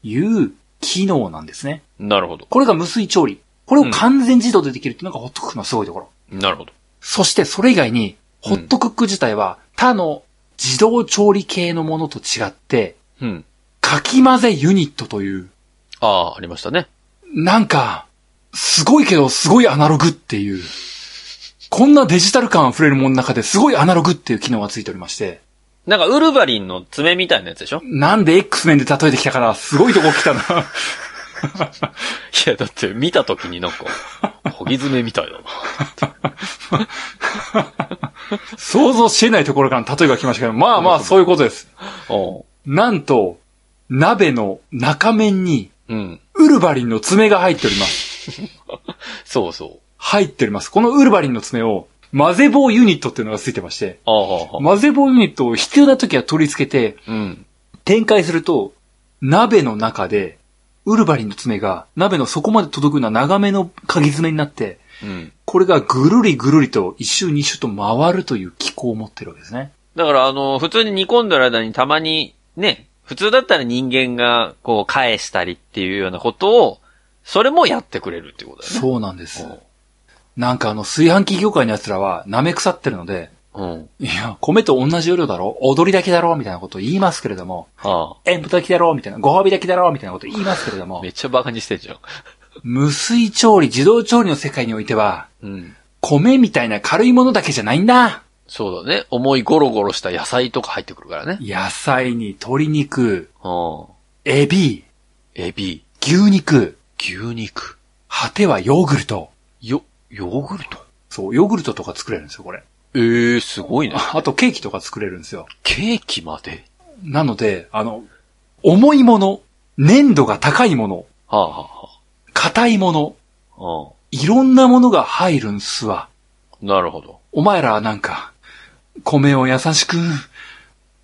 Speaker 2: いう機能なんですね。
Speaker 1: う。なるほど。
Speaker 2: これが無水調理。これを完全自動でできるっていうのがホットクックのすごいところ。
Speaker 1: なるほど。
Speaker 2: そしてそれ以外に、ホットクック自体は他の自動調理系のものと違って、
Speaker 1: うん。
Speaker 2: かき混ぜユニットという、
Speaker 1: ああ、ありましたね。
Speaker 2: なんか、すごいけどすごいアナログっていう、こんなデジタル感溢れるものの中ですごいアナログっていう機能がついておりまして、
Speaker 1: なんか、ウルヴァリンの爪みたいなやつでしょ
Speaker 2: なんで X メンで例えてきたから、すごいとこ 来たな。
Speaker 1: いや、だって見た時になん か、ほぎ爪みたいだな。
Speaker 2: 想像してないところから例えが来ましたけど、まあまあそういうことです。
Speaker 1: お
Speaker 2: なんと、鍋の中面に、
Speaker 1: ううん。
Speaker 2: ウルバリンの爪が入っております。
Speaker 1: そうそう。
Speaker 2: 入っております。このウルバリンの爪を、混ぜ棒ユニットっていうのがついてまして、
Speaker 1: ああ、はあはあ
Speaker 2: 混ぜ棒ユニットを必要な時は取り付けて、
Speaker 1: うん。
Speaker 2: 展開すると、鍋の中で、ウルバリンの爪が鍋の底まで届くような長めの鍵爪になって、
Speaker 1: うん。
Speaker 2: これがぐるりぐるりと一周二周と回るという機構を持ってるわけですね。
Speaker 1: だから、あの、普通に煮込んでる間にたまに、ね、普通だったら人間が、こう、返したりっていうようなことを、それもやってくれるってことだよね。
Speaker 2: そうなんです。なんかあの、炊飯器業界の奴らは舐め腐ってるので、
Speaker 1: うん。うん。
Speaker 2: いや、米と同じ要領だろ踊りだけだろみたいなことを言いますけれども、
Speaker 1: あ
Speaker 2: 塩分炊きだろみたいな、ご褒美炊きだろみたいなことを言いますけれど
Speaker 1: あ。
Speaker 2: も
Speaker 1: め、っちゃバカにしてんじゃん。
Speaker 2: 無水調理、自動調理の世界においては、
Speaker 1: うん。
Speaker 2: 米みたいな軽いものだけじゃないんだ
Speaker 1: そうだね。重いゴロゴロした野菜とか入ってくるからね。
Speaker 2: 野菜に鶏肉、
Speaker 1: うん。
Speaker 2: エビ、
Speaker 1: エビ、
Speaker 2: 牛肉、
Speaker 1: 牛肉、
Speaker 2: 果てはヨーグルト。
Speaker 1: よ、ヨーグルト。
Speaker 2: そう、ヨーグルトとか作れるんですよ、これ。
Speaker 1: ええすごいね。
Speaker 2: あとケーキとか作れるんですよ。
Speaker 1: ケーキまで。
Speaker 2: なので、あの、重いもの、粘度が高いもの、
Speaker 1: はあ、は
Speaker 2: 硬いもの、
Speaker 1: あはい
Speaker 2: ろんなものが入るんすわ。
Speaker 1: あ、うん。なるほど。
Speaker 2: お前らはなんか、米を優しく、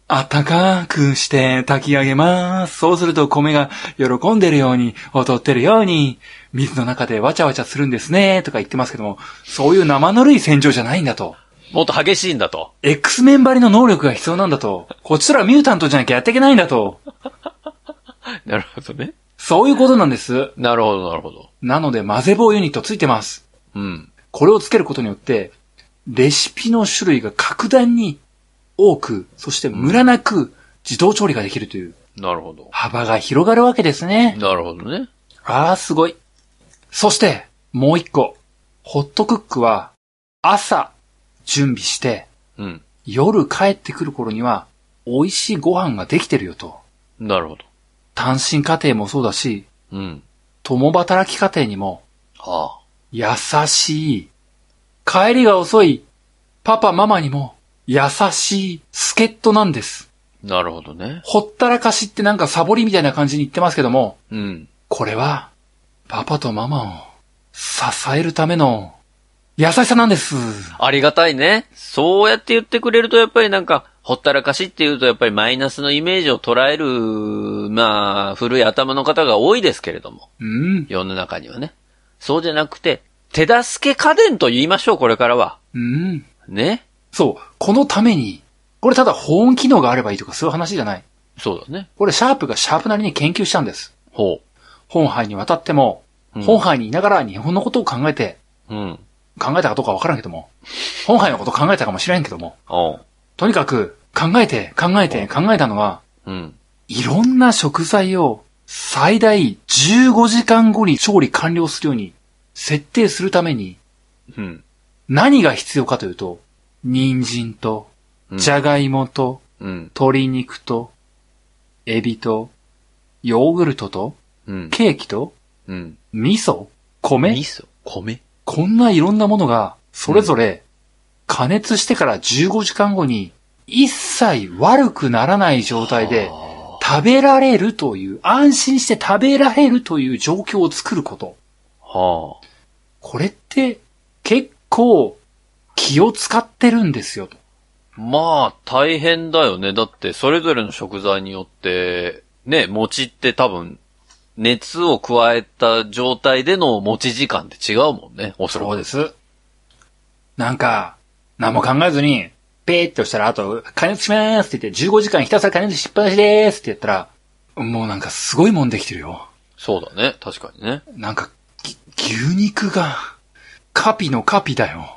Speaker 2: あったかくして炊き上げます。そうすると米が喜んでるように、踊ってるように、水の中でわちゃわちゃするんですね、とか言ってますけども、そういう生ぬるい戦場じゃないんだと。
Speaker 1: もっと激しいんだと。
Speaker 2: X メンバリの能力が必要なんだと。こっちらミュータントじゃなきゃやっていけないんだと。
Speaker 1: なるほどね。
Speaker 2: そういうことなんです。
Speaker 1: なるほど、なるほど。
Speaker 2: なので、混ぜ棒ユニットついてます。
Speaker 1: うん。
Speaker 2: これをつけることによって、レシピの種類が格段に多く、そしてムラなく自動調理ができるという
Speaker 1: なるほど。
Speaker 2: 幅が広がるわけですね。
Speaker 1: なるほどね。
Speaker 2: ああ、すごい。そして、もう一個。ホットクックは、朝、準備して、
Speaker 1: うん。
Speaker 2: 夜帰ってくる頃には、美味しいご飯ができてるよと。
Speaker 1: なるほど。
Speaker 2: 単身家庭もそうだし、
Speaker 1: うん。
Speaker 2: 共働き家庭にも、
Speaker 1: はあ。
Speaker 2: 優しい。帰りが遅いパパママにも優しい助っ人なんです。
Speaker 1: なるほどね。
Speaker 2: ほったらかしってなんかサボりみたいな感じに言ってますけども、
Speaker 1: うん。
Speaker 2: これはパパとママを支えるための優しさなんです。
Speaker 1: ありがたいね。そうやって言ってくれると、やっぱりなんか、ほったらかしっていうと、やっぱりマイナスのイメージを捉える、まあ、古い頭の方が多いですけれども。
Speaker 2: うん、
Speaker 1: 世の中にはね。そうじゃなくて、手助け家電と言いましょう、これからは。
Speaker 2: うん。
Speaker 1: ね。
Speaker 2: そう、このために、これただ保温機能があればいいとかそういう話じゃない。
Speaker 1: そうだね。
Speaker 2: これシャープがシャープなりに研究したんです。
Speaker 1: ほ
Speaker 2: 本杯に渡っても、
Speaker 1: う。うん
Speaker 2: 本杯にいながら日本のことを考えて、
Speaker 1: うん。
Speaker 2: 考えたかどうかわからんけども、本杯のこと考えたかもしれんけども、
Speaker 1: おう。
Speaker 2: とにかく考えて考えて考えたのは、
Speaker 1: うん。
Speaker 2: いろんな食材を最大15時間後に調理完了するように設定するために
Speaker 1: うん。
Speaker 2: 何が必要かというと、人参と、
Speaker 1: うん
Speaker 2: じゃがいもと、
Speaker 1: うん。
Speaker 2: 鶏肉と、エビと、ヨーグルトと、
Speaker 1: うん。
Speaker 2: ケーキと、
Speaker 1: うん。
Speaker 2: 味噌米
Speaker 1: 味噌米
Speaker 2: こんないろんなものが、それぞれ、加熱してから15時間後に、一切悪くならない状態で、
Speaker 1: あ
Speaker 2: 食べられるという、安心して食べられるという状況を作ること。
Speaker 1: ーはあ。
Speaker 2: これって、結構、気を使ってるんですよ、と。
Speaker 1: まあ、大変だよね。だって、それぞれの食材によって、ね、餅って多分、熱を加えた状態での餅時間って違うもんね。おそらく。
Speaker 2: す。なんか、何も考えずに、ペーって押したら、あと、加熱しまーすって言って、15時間ひたすら加熱しっぱなしでーすって言ったら、もうなんかすごいもんできてるよ。
Speaker 1: そうだね。確かにね。
Speaker 2: なんか、ぎ牛肉が、カピのカピだよ。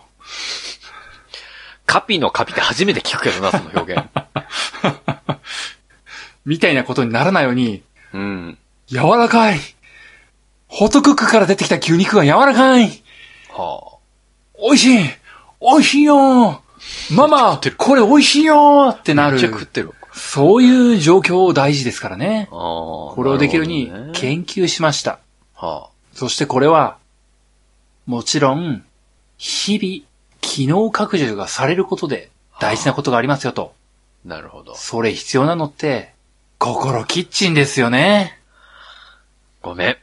Speaker 1: カピのカピって初めて聞くけどな、その表現。
Speaker 2: みたいなことにならないように、
Speaker 1: うん。
Speaker 2: 柔らかいホットクックから出てきた牛肉が柔らかい
Speaker 1: は
Speaker 2: 美味しい美味しいよママこれ美味しいよって
Speaker 1: あ。
Speaker 2: な
Speaker 1: め
Speaker 2: る
Speaker 1: っちゃ。食ってる。
Speaker 2: そういう状況大事ですからね。
Speaker 1: ああ。こ
Speaker 2: これをできるように
Speaker 1: は
Speaker 2: 研究しました。
Speaker 1: あ。
Speaker 2: そしてこれは、もちろん、日々、機能拡充がされることで大事なことがありますよと。
Speaker 1: なるほど。
Speaker 2: それ必要なのって、心キッチンですよね。
Speaker 1: ごめん。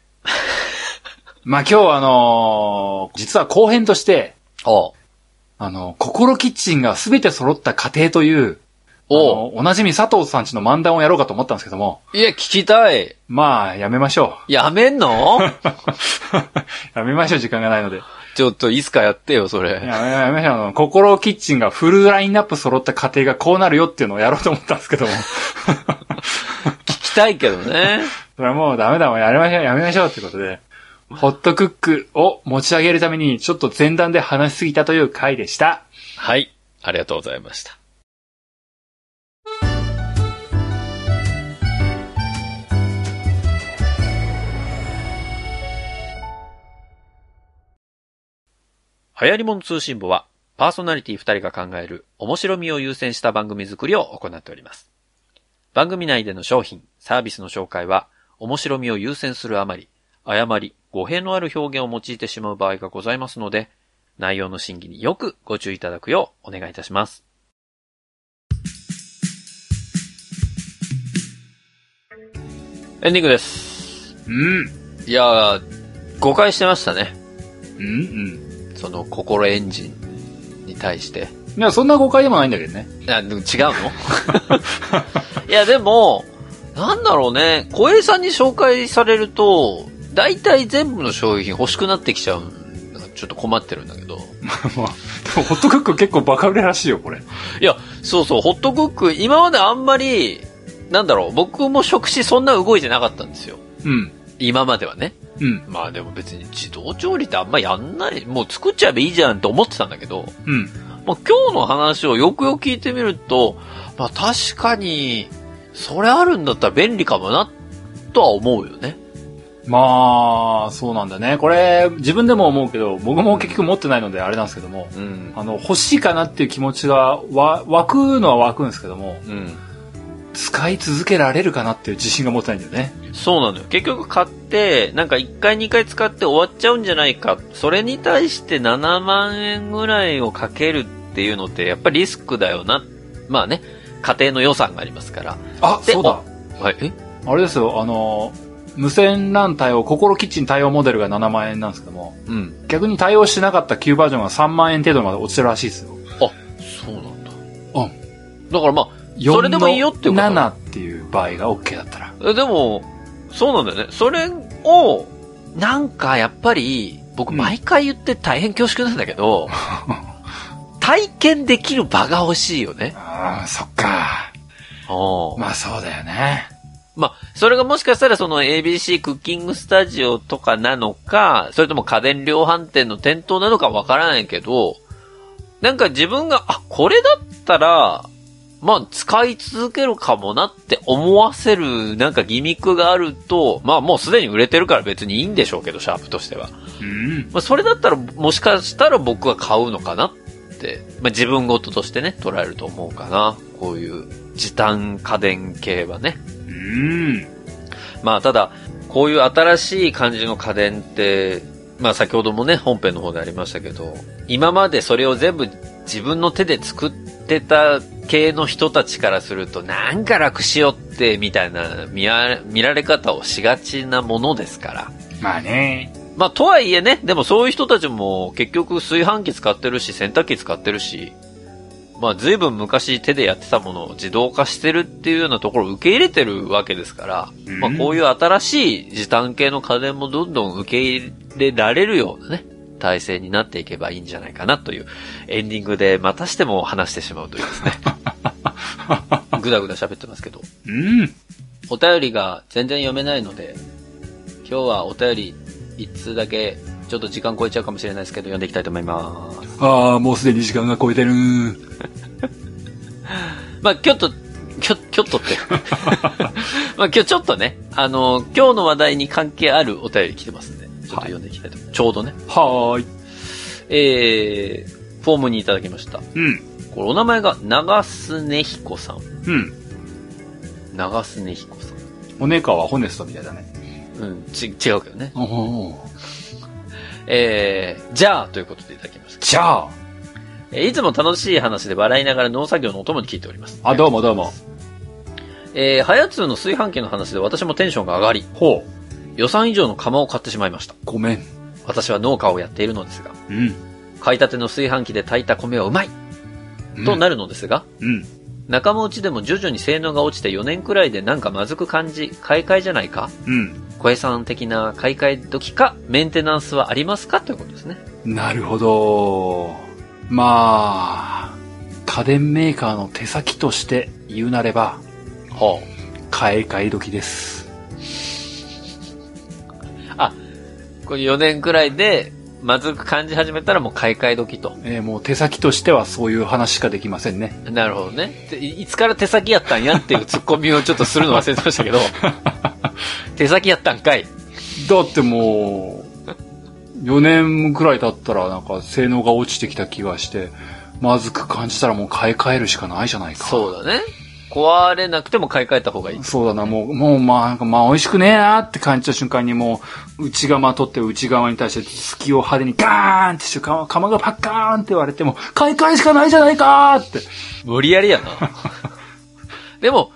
Speaker 2: まあ、今日はあのー実は後編として、
Speaker 1: おう
Speaker 2: あの、心キッチンが全て揃った家庭という、
Speaker 1: おう
Speaker 2: おおなじみ佐藤さんちの漫談をやろうかと思ったんですけども、
Speaker 1: いや、聞きたい。
Speaker 2: まあ、やめましょ
Speaker 1: やめん の
Speaker 2: う。やめましょう、時間がないので。
Speaker 1: ちょっと、いつかやってよ、そ
Speaker 2: い
Speaker 1: れ。
Speaker 2: やいややめましょう。あの、心キッチンがフルラインナップ揃った家庭がこうなるよっていうのをやろうと思ったんですけども。
Speaker 1: 聞きたいけどね。
Speaker 2: それはもうダメだ、もうやめましょう、やめましょうってことで、ホットクックを持ち上げるために、ちょっと前段で話しすぎたという回でした。
Speaker 1: はい。ありがとうございました。流行り物通信簿は、パーソナリティ2人が考える面白みを優先した番組作りを行っております。番組内での商品、サービスの紹介は、面白みを優先するあまり、誤り、語弊のある表現を用いてしまう場合がございますので、内容の審議によくご注意いただくようお願いいたします。エンディングです。
Speaker 2: うん。
Speaker 1: いやー、誤解してましたね。
Speaker 2: うんうん。
Speaker 1: その、心エンジンに対して。
Speaker 2: いや、そんな誤解でもないんだけどね。
Speaker 1: あ、でも違うのいや、でも、なんだろうね。小江さんに紹介されると、大体全部の商品欲しくなってきちゃうんだからちょっと困ってるんだけど。
Speaker 2: まあ、でもホットクック結構バカ売れらしいよ、これ。
Speaker 1: いや、そうそう、ホットクック、今まであんまり、なんだろう、僕も食事そんな動いてなかったんですよ。
Speaker 2: うん。
Speaker 1: 今まではね。
Speaker 2: うん。
Speaker 1: まあでも別に自動調理ってあんまやんない、もう作っちゃえばいいじゃんと思ってたんだけど、
Speaker 2: うん。
Speaker 1: まあ今日の話をよくよく聞いてみると、まあ確かに、それあるんだったら便利かもな、とは思うよね。
Speaker 2: まあ、そうなんだね。これ、自分でも思うけど、僕も結局持ってないのであれなんですけども、
Speaker 1: うん。
Speaker 2: あの、欲しいかなっていう気持ちがわ、湧くのは湧くんですけども、
Speaker 1: うん。
Speaker 2: 使い続けられるかなっていう自信が持てないんだよね。
Speaker 1: そうなのよ。結局買って、なんか1回2回使って終わっちゃうんじゃないか。それに対して7万円ぐらいをかけるっていうのって、やっぱりリスクだよな。まあね、家庭の予算がありますから。
Speaker 2: あ、
Speaker 1: で
Speaker 2: そうだ。
Speaker 1: はい、え
Speaker 2: あれですよ、あの、無線 LAN 対応、心キッチン対応モデルが7万円なんですけども、
Speaker 1: うん。
Speaker 2: 逆に対応してなかった旧バージョンが3万円程度まで落ちてるらしいですよ。
Speaker 1: そうなんだ。
Speaker 2: う
Speaker 1: だからまあ、それでもいいよってこと
Speaker 2: 4の7っていう場合が OK だったら。
Speaker 1: えでも、そうなんだよね。それを、なんかやっぱり、僕
Speaker 2: うん
Speaker 1: 毎回言って大変恐縮なんだけど、 体験できる場が欲しいよね。
Speaker 2: ああ、そっか。
Speaker 1: おー
Speaker 2: まあそうだよね。
Speaker 1: まあ、それがもしかしたらその ABC クッキングスタジオとかなのか、それとも家電量販店の店頭なのかわからないけど、なんか自分が、あ、これだったら、まあ、使い続けるかもなって思わせる、なんかギミックがあると、まあ、もうすでに売れてるから別にいいんでしょうけど、シャープとしては。
Speaker 2: うん。
Speaker 1: まあ、それだったら、もしかしたら僕は買うのかなって、まあ、自分ごととしてね、捉えると思うかな。こういう時短家電系はね。
Speaker 2: うん。
Speaker 1: まあただ、こういう新しい感じの家電って、まあ先ほどもね、本編の方でありましたけど、今までそれを全部自分の手で作ってた系の人たちからすると、なんか楽しようって、みたいな見ら見られ方をしがちなものですから。
Speaker 2: まあね。
Speaker 1: まあとはいえね、でもそういう人たちも結局炊飯器使ってるし、洗濯機使ってるし、まあ随分昔手でやってたものを自動化してるっていうようなところを受け入れてるわけですから、まあ、こう
Speaker 2: い
Speaker 1: いう新しい時短系の家電もどんどん受け入れられるようなね、体制になっていけばいいんじゃないかなという、エンディングでまたしても話してしまうというですね。ぐだぐだ喋ってますけど。
Speaker 2: うん。うん。
Speaker 1: お便りが全然読めないので、今日はお便り一通だけ、ちょっと時間超えちゃうかもしれないですけど、読んでいきたいと思います。
Speaker 2: ああ、もうすでに時間が超えてる。
Speaker 1: まあ、今日と、今日、ちょっとって。まあ今日ちょっとね、あの、今日の話題に関係あるお便り来てますんで、ちょっと読んでいきたいと思います。ちょうどね。
Speaker 2: はーい。
Speaker 1: えー、フォームにいただきました。
Speaker 2: うん。
Speaker 1: これお名前が長須根彦さん。
Speaker 2: うん。
Speaker 1: 長須根彦さん。
Speaker 2: 骨川ホネストみたいだね。
Speaker 1: うん、ち、違うけどね。
Speaker 2: おお。
Speaker 1: えー、じゃあということでいただきました。
Speaker 2: じゃあ。
Speaker 1: えーいつも楽しい話で笑いながら農作業のお供に聞いております。
Speaker 2: あ、どうもどうも。
Speaker 1: えー、ハヤツーの炊飯器の話で私もテンションが上がり、
Speaker 2: ほう。
Speaker 1: 予算以上の釜を買ってしまいました。
Speaker 2: ごめん。
Speaker 1: 私は農家をやっているのですが、
Speaker 2: うん。
Speaker 1: 買いたての炊飯器で炊いた米はうまいとなるのですが、
Speaker 2: うん。
Speaker 1: 仲間内でも徐々に性能が落ちて4年くらいでなんかまずく感じ、買い替えじゃないか
Speaker 2: うん。
Speaker 1: 小江さん的な買い替え時か、メンテナンスはありますかということですね。
Speaker 2: なるほど。まあ、家電メーカーの手先として言うなれば、
Speaker 1: は
Speaker 2: 買い替え時です。
Speaker 1: あ、これ4年くらいで、まずく感じ始めたらもう買い替え時と。
Speaker 2: えーもう手先としてはそういう話しかできませんね。
Speaker 1: なるほどね。でいいつから手先やったんやっていうツッコミをちょっとするの忘れてましたけ ど、手先やったんかい。
Speaker 2: だってもう、4年くらい経ったらなんか性能が落ちてきた気がして、まずく感じたらもう買い替えるしかないじゃないか。
Speaker 1: そうだね。壊れなくても買い替えた方がいい。
Speaker 2: そうだな、もう、もう、まあ、なんか、まあ、美味しくねえなって感じた瞬間に、もう、内釜取って内側に対して、隙を派手にガーンってして、釜釜がパッカーンって割れても、買い替えしかないじゃないかーって。
Speaker 1: 無理やりや な。でも、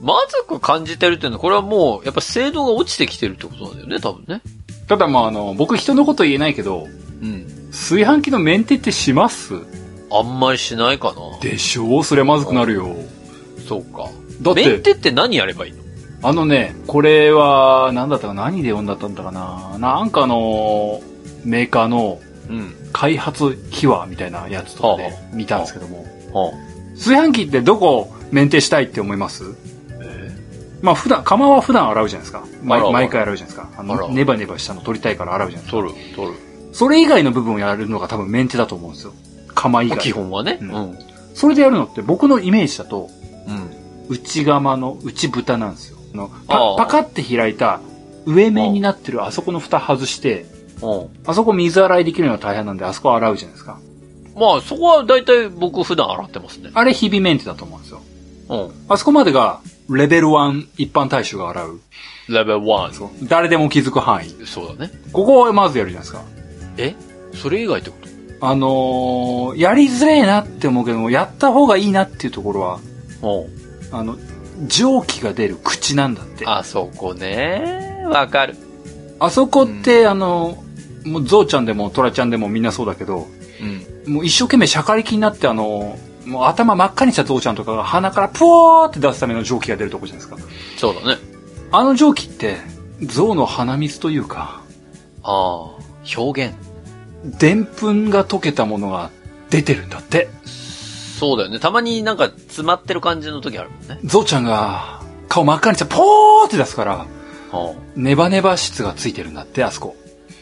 Speaker 1: まずく感じてるっていうのは、これはもう、やっぱ精度が落ちてきてるってことなんだよね、多分ね。
Speaker 2: ただ、まあ、あの、僕人のこと言えないけど、
Speaker 1: うん。
Speaker 2: 炊飯器のメンテってします
Speaker 1: あんまりしないかな。
Speaker 2: でしょうそりゃまずくなるよ。
Speaker 1: そうか。
Speaker 2: だっ
Speaker 1: メンテ
Speaker 2: て、
Speaker 1: って何やればいいの
Speaker 2: あのね、これは、なんだったか、何で読んだったんだかな。なんかあの、メーカーの
Speaker 1: うん。
Speaker 2: 開発秘話みたいなやつとかで見たんですけども。
Speaker 1: は
Speaker 2: 炊飯器ってどこをメンテしたいって思いますまあ普段、釜は普段洗うじゃないです
Speaker 1: あ
Speaker 2: か。
Speaker 1: らあ
Speaker 2: 毎
Speaker 1: ら
Speaker 2: 毎回洗うじゃないですか。あ
Speaker 1: あら
Speaker 2: の、ネバネバしたの取りたいから洗うじゃない
Speaker 1: あ
Speaker 2: ですか。
Speaker 1: 取る、取る。
Speaker 2: それ以外の部分をやるのが多分メンテだと思うんですよ。釜以
Speaker 1: まあ基
Speaker 2: 外。
Speaker 1: 本はね。う。
Speaker 2: うんん
Speaker 1: うん。
Speaker 2: それでやるのって僕のイメージだと、内釜の内蓋なんですよ。あの
Speaker 1: ああ
Speaker 2: パパカって開いた上面になってるあそこの蓋外して、
Speaker 1: うん。
Speaker 2: あそこ水洗いできるのは大変なんで、あそこ洗うじゃないですか。
Speaker 1: まあ、そこは大体僕普段洗ってますね。
Speaker 2: あれ日々メンテだと思うんですよ。
Speaker 1: うん。
Speaker 2: あそこまでが、レベル1一般大衆が洗う。
Speaker 1: レベル1。
Speaker 2: そう誰でも気づく範囲。
Speaker 1: そうだね。
Speaker 2: ここをまずやるじゃないですか。
Speaker 1: えそれ以外ってこと
Speaker 2: あのー、やりづれえなって思うけども、やった方がいいなっていうところは、
Speaker 1: うん。
Speaker 2: あの、蒸気が出る口なんだって。あ
Speaker 1: あそこね。わかる。
Speaker 2: そこって、あの、もうゾウちゃんでもトラちゃんでもみんなそうだけど、
Speaker 1: うん。
Speaker 2: もう一生懸命しゃかりきになってあの、もう頭真っ赤にしたゾウちゃんとかが鼻からプワーって出すための蒸気が出るとこじゃないですか。
Speaker 1: そうだね。
Speaker 2: あの蒸気って、ゾウの鼻水というか、
Speaker 1: ああ、表現。
Speaker 2: でんぷんが溶けたものが出てるんだって。
Speaker 1: そうだよね。たまになんか詰まってる感じの時あるもんね。
Speaker 2: ゾウちゃんが顔真っ赤にしてポーって出すから、
Speaker 1: う
Speaker 2: ネバネバ質がついてるんだって、あそこ。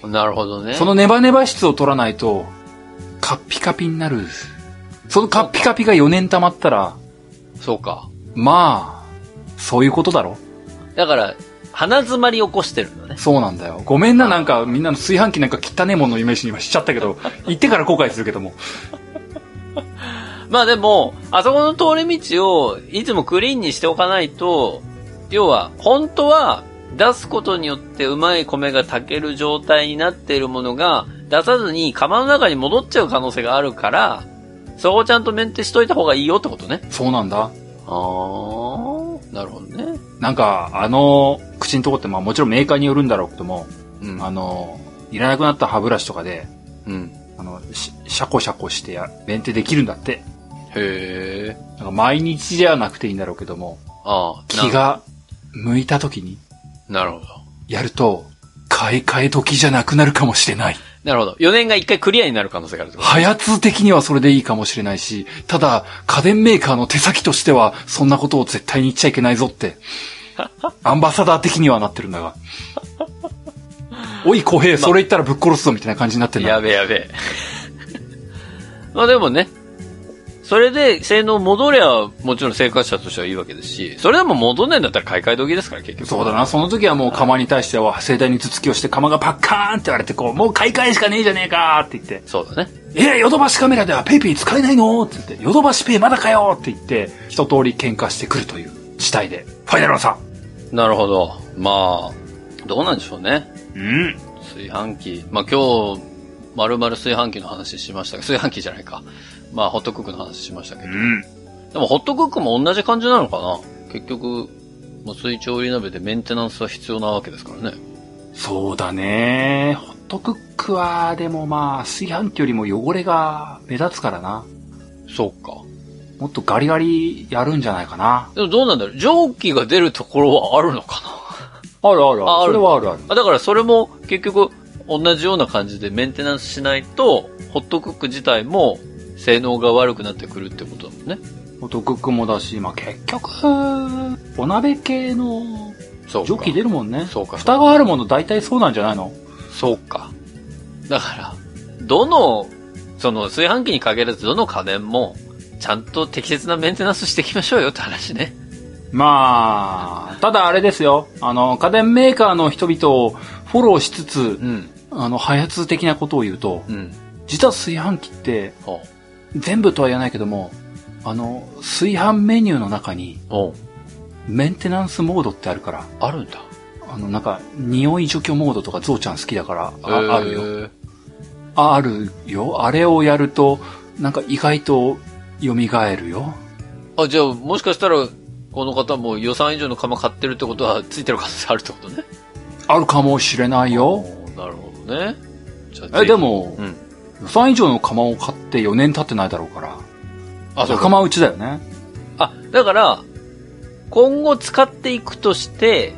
Speaker 1: ん。なるほどね。
Speaker 2: そのネバネバ質を取らないと、カッピカピになる。そのカッピカピが4年溜まったら、
Speaker 1: そうか。
Speaker 2: まあ、そういうことだろ。
Speaker 1: だから、鼻詰まり起こしてるのね。
Speaker 2: そうなんだよ。ごめんな、なんかみんなの炊飯器なんか汚ねえもののイメージに今しちゃったけ ど、言ってから後悔するけども。
Speaker 1: まあでも、あそこの通り道をいつもクリーンにしておかないと、要は、本当は出すことによってうまい米が炊ける状態になっているものが、出さずに釜の中に戻っちゃう可能性があるから、そこをちゃんとメンテしといた方がいいよってことね。
Speaker 2: そうなんだ。
Speaker 1: ああ、なるほどね。
Speaker 2: なんか、あの、口のとこってまあもちろんメーカーによるんだろうけども、
Speaker 1: うん
Speaker 2: あの、いらなくなった歯ブラシとかで、
Speaker 1: うん。
Speaker 2: あの、しシャコシャコしてや、免停できるんだって。
Speaker 1: へえ。
Speaker 2: なんか毎日じゃなくていいんだろうけども、
Speaker 1: ああ、
Speaker 2: 気が向いた時に
Speaker 1: なるほど。
Speaker 2: やると、買い替え時じゃなくなるかもしれない。
Speaker 1: なるほど。4年が1回クリアになる可能性があるってこと。
Speaker 2: 早通的にはそれでいいかもしれないし、ただ、家電メーカーの手先としては、そんなことを絶対に言っちゃいけないぞって、アンバサダー的にはなってるんだが。おい、小平、それ言ったらぶっ 殺すぞみたいな感じになってるんだ
Speaker 1: やべえやべえ。まあでもね、それで性能戻りゃ、もちろん生活者としてはいいわけですし、それでも戻んないんだったら買い替え時ですから、結局。
Speaker 2: そうだな、その時はもう釜に対しては盛大に頭突きをして釜がパッカーンって言われて、こう、もう買い替えしかねえじゃねえかーって言って、
Speaker 1: そうだね。
Speaker 2: えー、ヨドバシカメラではペイペイ使えないのって言って、ヨドバシペイまだかよって言って、一通り喧嘩してくるという事態で、ファイナルアンサ
Speaker 1: なるほど。まあ、どうなんでしょうね。
Speaker 2: ー。うん。
Speaker 1: 炊飯器。まあ今日、まるまる炊飯器の話しましたが、炊飯器じゃないか。まあホットクックの話しましたけ
Speaker 2: う
Speaker 1: ど。
Speaker 2: ん。
Speaker 1: でもホットクックも同じ感じなのかな結局、まあ水調理鍋でメンテナンスは必要なわけですからね。
Speaker 2: そうだね。ホットクックは、でもまあ、炊飯器よりも汚れが目立つからな。
Speaker 1: そうか。
Speaker 2: もっとガリガリやるんじゃないかな。
Speaker 1: でもどうなんだろう蒸気が出るところはあるのか
Speaker 2: あるある
Speaker 1: ある
Speaker 2: それはあるある。
Speaker 1: なあだからそれも結局同じような感じでメンテナンスしないと、ホットクック自体も性能が悪くなってくるってことだもんね。
Speaker 2: ホットクックもだし、まあ結局、お鍋系の
Speaker 1: そうか。
Speaker 2: 蒸気出るもんね。
Speaker 1: そうか。
Speaker 2: 蓋があるもの大体そうなんじゃないの
Speaker 1: そうか。だから、どの、その炊飯器に限らずどの家電も、ちゃんと適切なメンテナンスしていきましょうよって話ね。
Speaker 2: まあ、ただあれですよ。あの、家電メーカーの人々をフォローしつつ、
Speaker 1: うん。
Speaker 2: あの、開発的なことを言うと、
Speaker 1: うん。
Speaker 2: 実は炊飯器って、
Speaker 1: おう。
Speaker 2: 全部とは言わないけども、あの、炊飯メニューの中に、
Speaker 1: おう。
Speaker 2: メンテナンスモードってあるから、
Speaker 1: あるんだ。
Speaker 2: あの、なんか、匂い除去モードとか、ゾウちゃん好きだから、あ,、
Speaker 1: へー
Speaker 2: あるよ。。あるよ。あれをやると、なんか意外と、蘇るよ。
Speaker 1: あ、じゃあ、もしかしたら、この方も予算以上の釜買ってるってことは、ついてる可能性あるってことね。
Speaker 2: あるかもしれないよ。
Speaker 1: おうなるほどね。じゃあ
Speaker 2: え、で、も
Speaker 1: う、ん。
Speaker 2: 予算以上の釜を買って4年経ってないだろうから。
Speaker 1: あ、そう
Speaker 2: 仲
Speaker 1: か。
Speaker 2: 間内だよね。
Speaker 1: あ、だから、今後使っていくとして、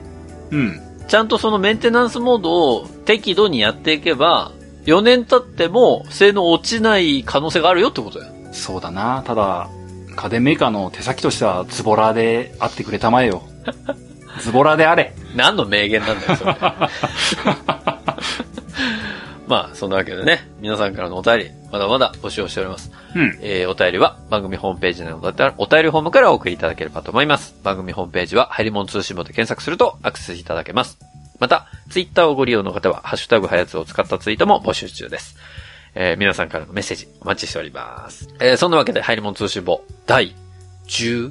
Speaker 2: うん。
Speaker 1: ちゃんとそのメンテナンスモードを適度にやっていけば、4年経っても性能落ちない可能性があるよってことだよ。
Speaker 2: そうだな。ただ、家電メーカーの手先としては、ズボラであってくれたま えよ。ズボラであれ。
Speaker 1: 何の名言なんだよ、 それ。まあ、そんなわけでね、皆さんからのお便り、まだまだ募集をしております。
Speaker 2: うん。
Speaker 1: えー、お便りは番組ホームページのお便りお便りフォームからお送りいただければと思います。番組ホームページは、ハリモン通信簿で検索するとアクセスいただけます。また、ツイッターをご利用の方は、ハッシュタグハヤツを使ったツイートも募集中です。えー、皆さんからのメッセージお待ちしております。えー、そんなわけで、ハリモン通信簿第15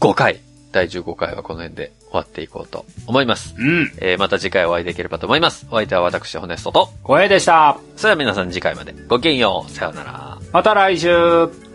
Speaker 2: 5。
Speaker 1: 回、第15回はこの辺で終わっていこうと思います。
Speaker 2: うん。
Speaker 1: えー、また次回お会いできればと思います。お相手は私、ホネストと、
Speaker 2: 声でした。
Speaker 1: それでは皆さん次回までごきげんよう。さようなら。
Speaker 2: また来週。